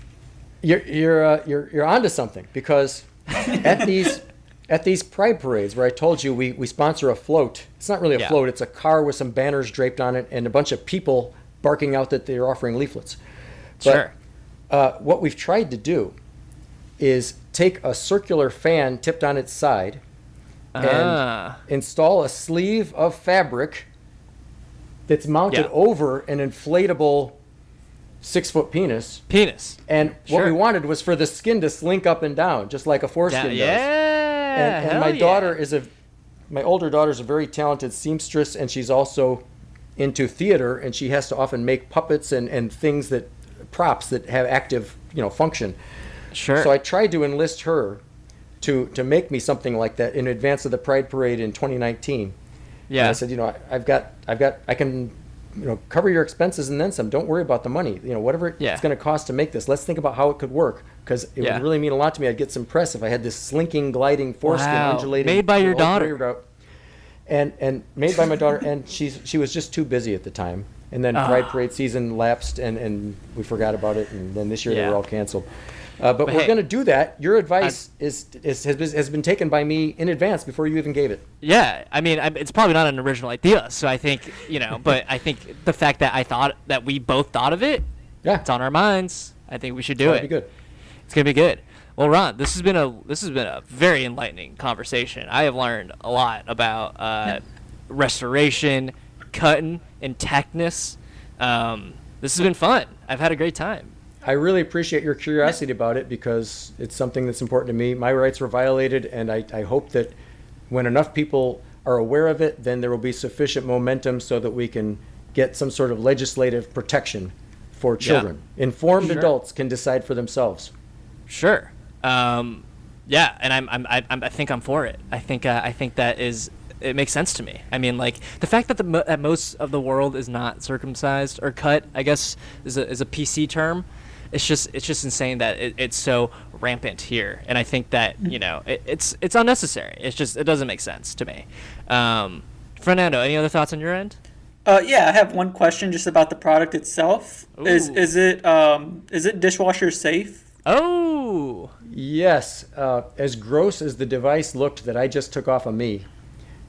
Speaker 3: You're you're uh, you're you're onto something because at these at these pride parades where I told you we we sponsor a float. It's not really a
Speaker 1: Yeah.
Speaker 3: float. It's a car with some banners draped on it and a bunch of people barking out that they're offering leaflets. But
Speaker 1: sure.
Speaker 3: uh, what we've tried to do is take a circular fan tipped on its side and
Speaker 1: Ah.
Speaker 3: install a sleeve of fabric that's mounted
Speaker 1: Yeah.
Speaker 3: over an inflatable six foot penis.
Speaker 1: Penis.
Speaker 3: And what we
Speaker 1: Sure.
Speaker 3: wanted was for the skin to slink up and down, just like a
Speaker 1: Da-
Speaker 3: foreskin does.
Speaker 1: yeah.
Speaker 3: And, and my
Speaker 1: hell yeah.
Speaker 3: daughter is a, my older daughter is a very talented seamstress, and she's also into theater, and she has to often make puppets and, and things that, props that have active, you know, function.
Speaker 1: Sure.
Speaker 3: So I tried to enlist her to to make me something like that in advance of the Pride Parade in 2019. And
Speaker 1: yeah.
Speaker 3: I said, you know, I, I've got, I've got, I can, you know, cover your expenses and then some. Don't worry about the money. You know, whatever it-
Speaker 1: Yeah.
Speaker 3: it's going to cost to make this, let's think about how it could work because it
Speaker 1: Yeah.
Speaker 3: would really mean a lot to me. I'd get some press if I had this slinking, gliding foreskin,
Speaker 1: Wow.
Speaker 3: undulating,
Speaker 1: Made by your
Speaker 3: you know,
Speaker 1: daughter.
Speaker 3: career route. And and made by my daughter, and she's she was just too busy at the time. And then
Speaker 1: Ah.
Speaker 3: Pride Parade season lapsed, and and we forgot about it. And then this year they
Speaker 1: Yeah.
Speaker 3: were all canceled. Uh, but, we're
Speaker 1: hey,
Speaker 3: going to do that. Your advice is, is has been, has been taken by me in advance before you even gave it.
Speaker 1: Yeah, I mean, I, it's probably not an original idea, so I think you know. But I think the fact that I thought that we both thought of it,
Speaker 3: Yeah,
Speaker 1: it's on our minds. I think we should do
Speaker 3: that'd
Speaker 1: it.
Speaker 3: be good.
Speaker 1: It's gonna be good. Well, Ron, this has been a this has been a very enlightening conversation. I have learned a lot about uh, restoration, cutting, intactness. Um, this has been fun. I've had a great time.
Speaker 3: I really appreciate your curiosity about it because it's something that's important to me. My rights were violated, and I, I hope that when enough people are aware of it, then there will be sufficient momentum so that we can get some sort of legislative protection for children. Informed
Speaker 1: Sure.
Speaker 3: adults can decide for themselves.
Speaker 1: Sure. Um, yeah, and I'm, I'm, I'm, I'm- I think I'm for it. I think, uh, I think that is, it makes sense to me. I mean, like the fact that the mo- that most of the world is not circumcised or cut, I guess, is a, is a PC term. It's just, it's just insane that it, it's so rampant here, and I think that you know, it, it's, it's unnecessary. It's just, it doesn't make sense to me. Um, Fernando, any other thoughts on your end?
Speaker 4: Uh, yeah, I have one question just about the product itself. Is
Speaker 1: Ooh.
Speaker 4: is it um is it dishwasher safe?
Speaker 1: Oh,
Speaker 3: Yes, uh, as gross as the device looked that I just took off of me,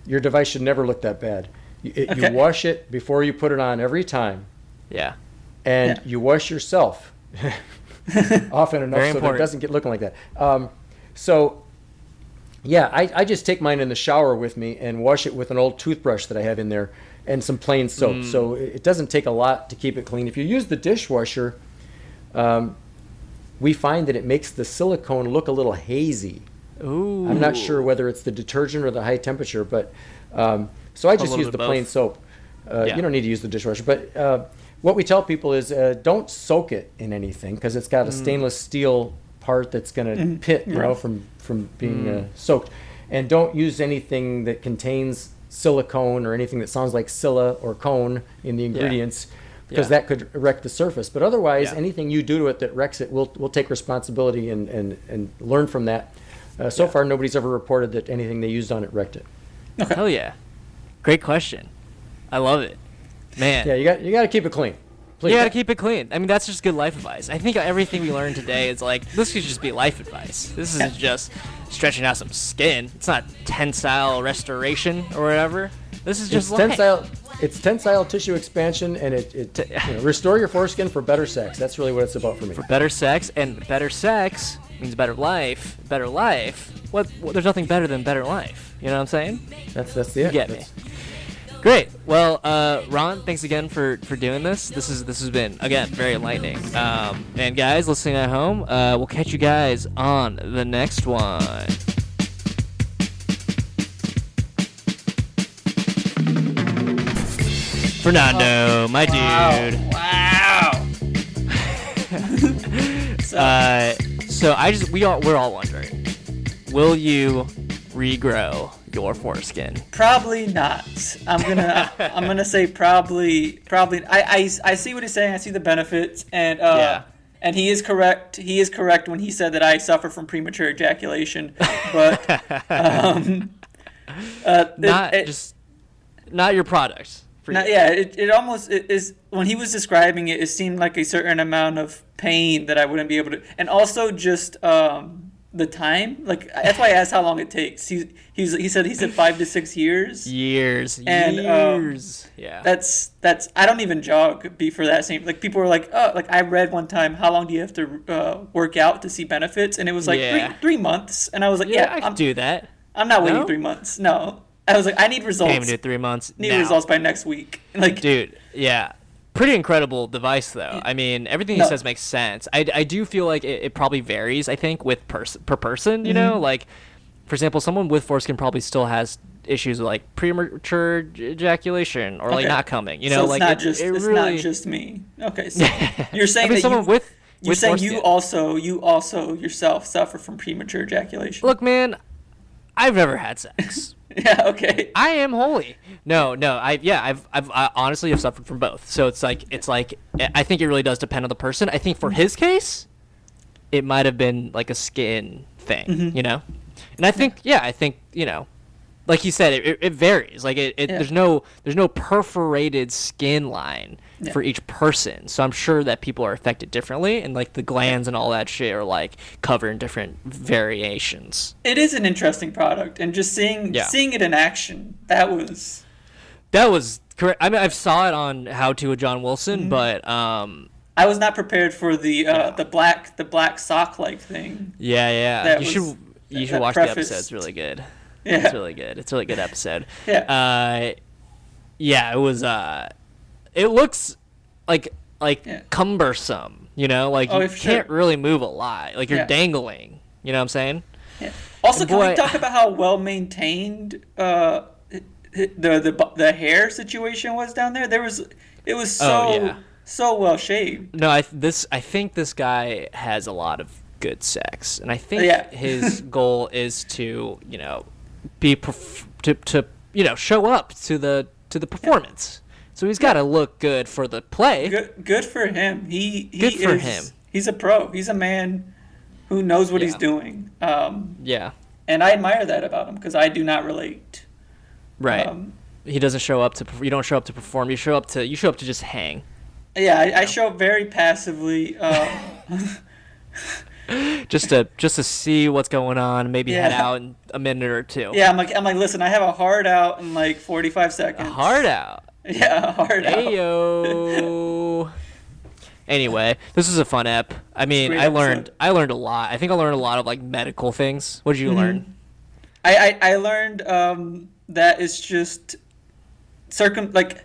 Speaker 3: your device should never look that bad. You, it,
Speaker 4: Okay.
Speaker 3: you wash it before you put it on every time,
Speaker 1: yeah.
Speaker 3: and
Speaker 4: Yeah.
Speaker 3: you wash yourself often enough
Speaker 1: Very
Speaker 3: so that it
Speaker 1: important.
Speaker 3: doesn't get looking like that. Um, so, yeah, I, I just take mine in the shower with me and wash it with an old toothbrush that I have in there and some plain soap.
Speaker 1: Mm.
Speaker 3: So it, it doesn't take a lot to keep it clean. If you use the dishwasher, um, we find that it makes the silicone look a little hazy.
Speaker 1: Ooh.
Speaker 3: I'm not sure whether it's the detergent or the high temperature, but um, so I just
Speaker 1: little
Speaker 3: use
Speaker 1: bit
Speaker 3: the
Speaker 1: of
Speaker 3: plain
Speaker 1: both.
Speaker 3: soap. Uh,
Speaker 1: Yeah.
Speaker 3: You don't need to use the dishwasher, but uh, what we tell people is uh, don't soak it in anything because it's got a stainless steel part that's going to pit, you know, from from being uh, soaked. And don't use anything that contains silicone or anything that sounds like silla or cone in the ingredients. Because
Speaker 1: Yeah.
Speaker 3: that could wreck the surface, but otherwise,
Speaker 1: Yeah.
Speaker 3: anything you do to it that wrecks it, we'll we'll take responsibility and and, and learn from that. Uh, so far, nobody's ever reported that anything they used on it wrecked it.
Speaker 1: Hell yeah. Great question. I love it. Man.
Speaker 3: Yeah, you got you got to keep it clean. Please.
Speaker 1: You gotta keep it clean. I mean, that's just good life advice. I think everything we learned today is like this could just be life advice. This isn't just stretching out some skin. It's not tensile restoration or whatever. This is
Speaker 3: it's
Speaker 1: just life.
Speaker 3: tensile. It's tensile tissue expansion, and it, it you know, restore your foreskin for better sex. That's really what it's about for me.
Speaker 1: Better sex and better sex means better life. Better life. What, what? There's nothing better than better life. You know what I'm saying?
Speaker 3: That's that's the it.
Speaker 1: get me.
Speaker 3: That's-
Speaker 1: Great. Well, uh, Ron, thanks again for, for doing this. This is this has been again very enlightening. Um, and guys listening at home, uh, we'll catch you guys on the next one. Fernando, my dude.
Speaker 4: Oh, Wow. so,
Speaker 1: Uh, so I just we all we're all wondering, will you regrow your foreskin?
Speaker 4: probably not. I'm gonna I'm gonna say probably probably. I, I I see what he's saying. I see the benefits and uh,
Speaker 1: Yeah.
Speaker 4: and he is correct. He is correct when he said that I suffer from premature ejaculation, but um, uh, it-
Speaker 1: Not
Speaker 4: it-
Speaker 1: just not your product. For
Speaker 4: Now,
Speaker 1: you.
Speaker 4: yeah, it, it almost it is when he was describing it, it seemed like a certain amount of pain that I wouldn't be able to, and also just um, the time. Like that's why I asked how long it takes. He he's, he said he said five to six years.
Speaker 1: Years,
Speaker 4: And, um,
Speaker 1: years. yeah.
Speaker 4: That's that's I don't even jog be for that same. Like people were like, oh, like I read one time, how long do you have to uh, work out to see benefits? And it was like
Speaker 1: Yeah.
Speaker 4: three, three months, and I was like,
Speaker 1: yeah,
Speaker 4: yeah,
Speaker 1: I
Speaker 4: I'm,
Speaker 1: could do that.
Speaker 4: I'm not waiting
Speaker 1: No?
Speaker 4: three months. No, I was like, I need
Speaker 1: Can't
Speaker 4: results.
Speaker 1: even do it three months.
Speaker 4: need
Speaker 1: now.
Speaker 4: results by next week. Like,
Speaker 1: dude. Yeah, pretty incredible device though. I mean, everything
Speaker 4: No.
Speaker 1: he says makes sense. I, I do feel like it, it probably varies. I think with person per person, you
Speaker 4: Mm-hmm.
Speaker 1: know, like for example, someone with foreskin probably still has issues with like premature ej- ejaculation or like
Speaker 4: Okay.
Speaker 1: not coming. You
Speaker 4: so
Speaker 1: know,
Speaker 4: it's
Speaker 1: like
Speaker 4: not
Speaker 1: it,
Speaker 4: just
Speaker 1: it
Speaker 4: it's
Speaker 1: really.
Speaker 4: not just me. Okay, so you're
Speaker 1: I
Speaker 4: saying
Speaker 1: mean,
Speaker 4: that
Speaker 1: someone
Speaker 4: you,
Speaker 1: with
Speaker 4: you're
Speaker 1: with
Speaker 4: saying you
Speaker 1: foreskin.
Speaker 4: also you also yourself suffer from premature ejaculation.
Speaker 1: look, man. I've never had sex.
Speaker 4: Yeah, okay.
Speaker 1: I am holy. No, no, I yeah, I've I've I honestly have suffered from both. So it's like it's like I think it really does depend on the person. I think for his case, it might have been like a skin thing, you know. And I think yeah, I think you know, like you said, it, it, it varies. Like it, it
Speaker 4: Yeah.
Speaker 1: there's no there's no perforated skin line for each person. So I'm sure that people are affected differently, and like the glands and all that shit are like covered in different variations.
Speaker 4: It is an interesting product, and just seeing
Speaker 1: Yeah.
Speaker 4: seeing it in action that was
Speaker 1: That was correct. I mean, I saw it on How to with John Wilson,
Speaker 4: Mm-hmm.
Speaker 1: but um,
Speaker 4: I was not prepared for the uh, the black the black sock like thing.
Speaker 1: yeah, yeah.
Speaker 4: That
Speaker 1: you
Speaker 4: was-
Speaker 1: should you
Speaker 4: that-
Speaker 1: should
Speaker 4: that
Speaker 1: watch the
Speaker 4: prefaced-
Speaker 1: episode. It's really good.
Speaker 4: Yeah,
Speaker 1: It's really good. It's a really good episode.
Speaker 4: Yeah.
Speaker 1: Uh, yeah. It was. Uh, it looks like like
Speaker 4: Yeah.
Speaker 1: cumbersome. You know, like
Speaker 4: Oh,
Speaker 1: you
Speaker 4: for sure.
Speaker 1: can't really move a lot. Like you're
Speaker 4: Yeah.
Speaker 1: dangling. You know what I'm saying?
Speaker 4: Yeah. Also, can
Speaker 1: Boy.
Speaker 4: we talk about how well maintained uh, the the the hair situation was down there? There was it was so
Speaker 1: Oh, yeah.
Speaker 4: so well shaved.
Speaker 1: No, I th- this I think this guy has a lot of good sex, and I think
Speaker 4: Yeah.
Speaker 1: his goal is to you know be perf- to to you know show up to the to the performance. So he's got to look good for the play.
Speaker 4: Good, good for him. He, he
Speaker 1: Good for
Speaker 4: is,
Speaker 1: him.
Speaker 4: He's a pro. He's a man who knows what he's
Speaker 1: Yeah.
Speaker 4: doing. Um,
Speaker 1: Yeah,
Speaker 4: and I admire that about him because I do not relate.
Speaker 1: right.
Speaker 4: Um,
Speaker 1: he doesn't show up to perf- you don't show up to perform. You show up to you show up to just hang.
Speaker 4: Yeah, I, I show up very passively. Uh,
Speaker 1: just to just to see what's going on. Maybe head
Speaker 4: Yeah.
Speaker 1: out in a minute or two.
Speaker 4: yeah, I'm like, I'm like, listen, I have a hard out in like 45 seconds.
Speaker 1: hard out.
Speaker 4: Yeah, a hard out.
Speaker 1: Ayo. anyway, this is a fun app. I mean,
Speaker 4: Great
Speaker 1: I
Speaker 4: episode.
Speaker 1: learned I learned a lot. I think I learned a lot of like medical things. What did
Speaker 4: Mm-hmm.
Speaker 1: you learn?
Speaker 4: I, I, I learned um, that it's just circum like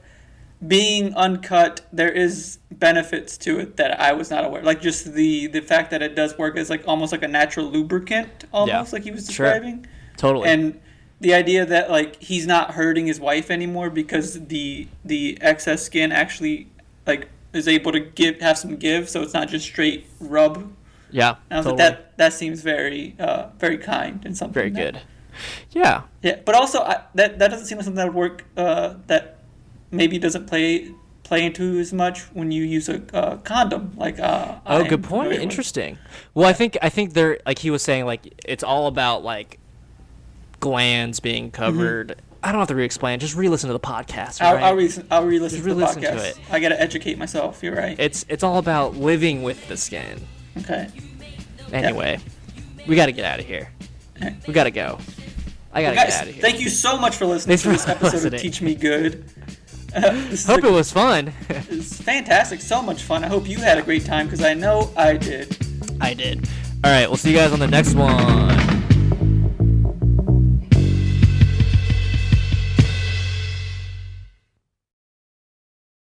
Speaker 4: being uncut. There is benefits to it that I was not aware. Like just the the fact that it does work as like almost like a natural lubricant, almost like he was
Speaker 1: Sure.
Speaker 4: describing.
Speaker 1: Totally.
Speaker 4: and the idea that like he's not hurting his wife anymore because the the excess skin actually like is able to give have some give so it's not just straight rub and
Speaker 1: yeah.
Speaker 4: i was
Speaker 1: Totally.
Speaker 4: like that that seems very uh very kind and something
Speaker 1: Very
Speaker 4: that-
Speaker 1: good. Yeah.
Speaker 4: yeah but also I, that that doesn't seem like something that would work uh that maybe doesn't play play into as much when you use a uh, condom like uh
Speaker 1: Oh,
Speaker 4: I am
Speaker 1: good point.
Speaker 4: familiar with.
Speaker 1: Interesting. Well, I think I think they're like he was saying like it's all about like glands being covered. I don't have to re-explain. Just re-listen to the podcast.
Speaker 4: Mm-hmm. I'll,
Speaker 1: right?
Speaker 4: I'll, re- I'll re-listen
Speaker 1: Just
Speaker 4: to the
Speaker 1: re-listen to
Speaker 4: podcast.
Speaker 1: it.
Speaker 4: I gotta educate myself. You're right.
Speaker 1: it's it's all about living with the skin.
Speaker 4: okay.
Speaker 1: Anyway, we got to get out of here.
Speaker 4: Okay.
Speaker 1: We got to go. I got to
Speaker 4: Guys,
Speaker 1: get out of here.
Speaker 4: thank you so much for listening
Speaker 1: Thanks
Speaker 4: to this
Speaker 1: for
Speaker 4: episode
Speaker 1: listening.
Speaker 4: of Teach Me Good. Uh, this is
Speaker 1: Hope
Speaker 4: a-
Speaker 1: it was fun.
Speaker 4: it's fantastic, so much fun. I hope you had a great time because I know I did.
Speaker 1: I did. All right, we'll see you guys on the next one.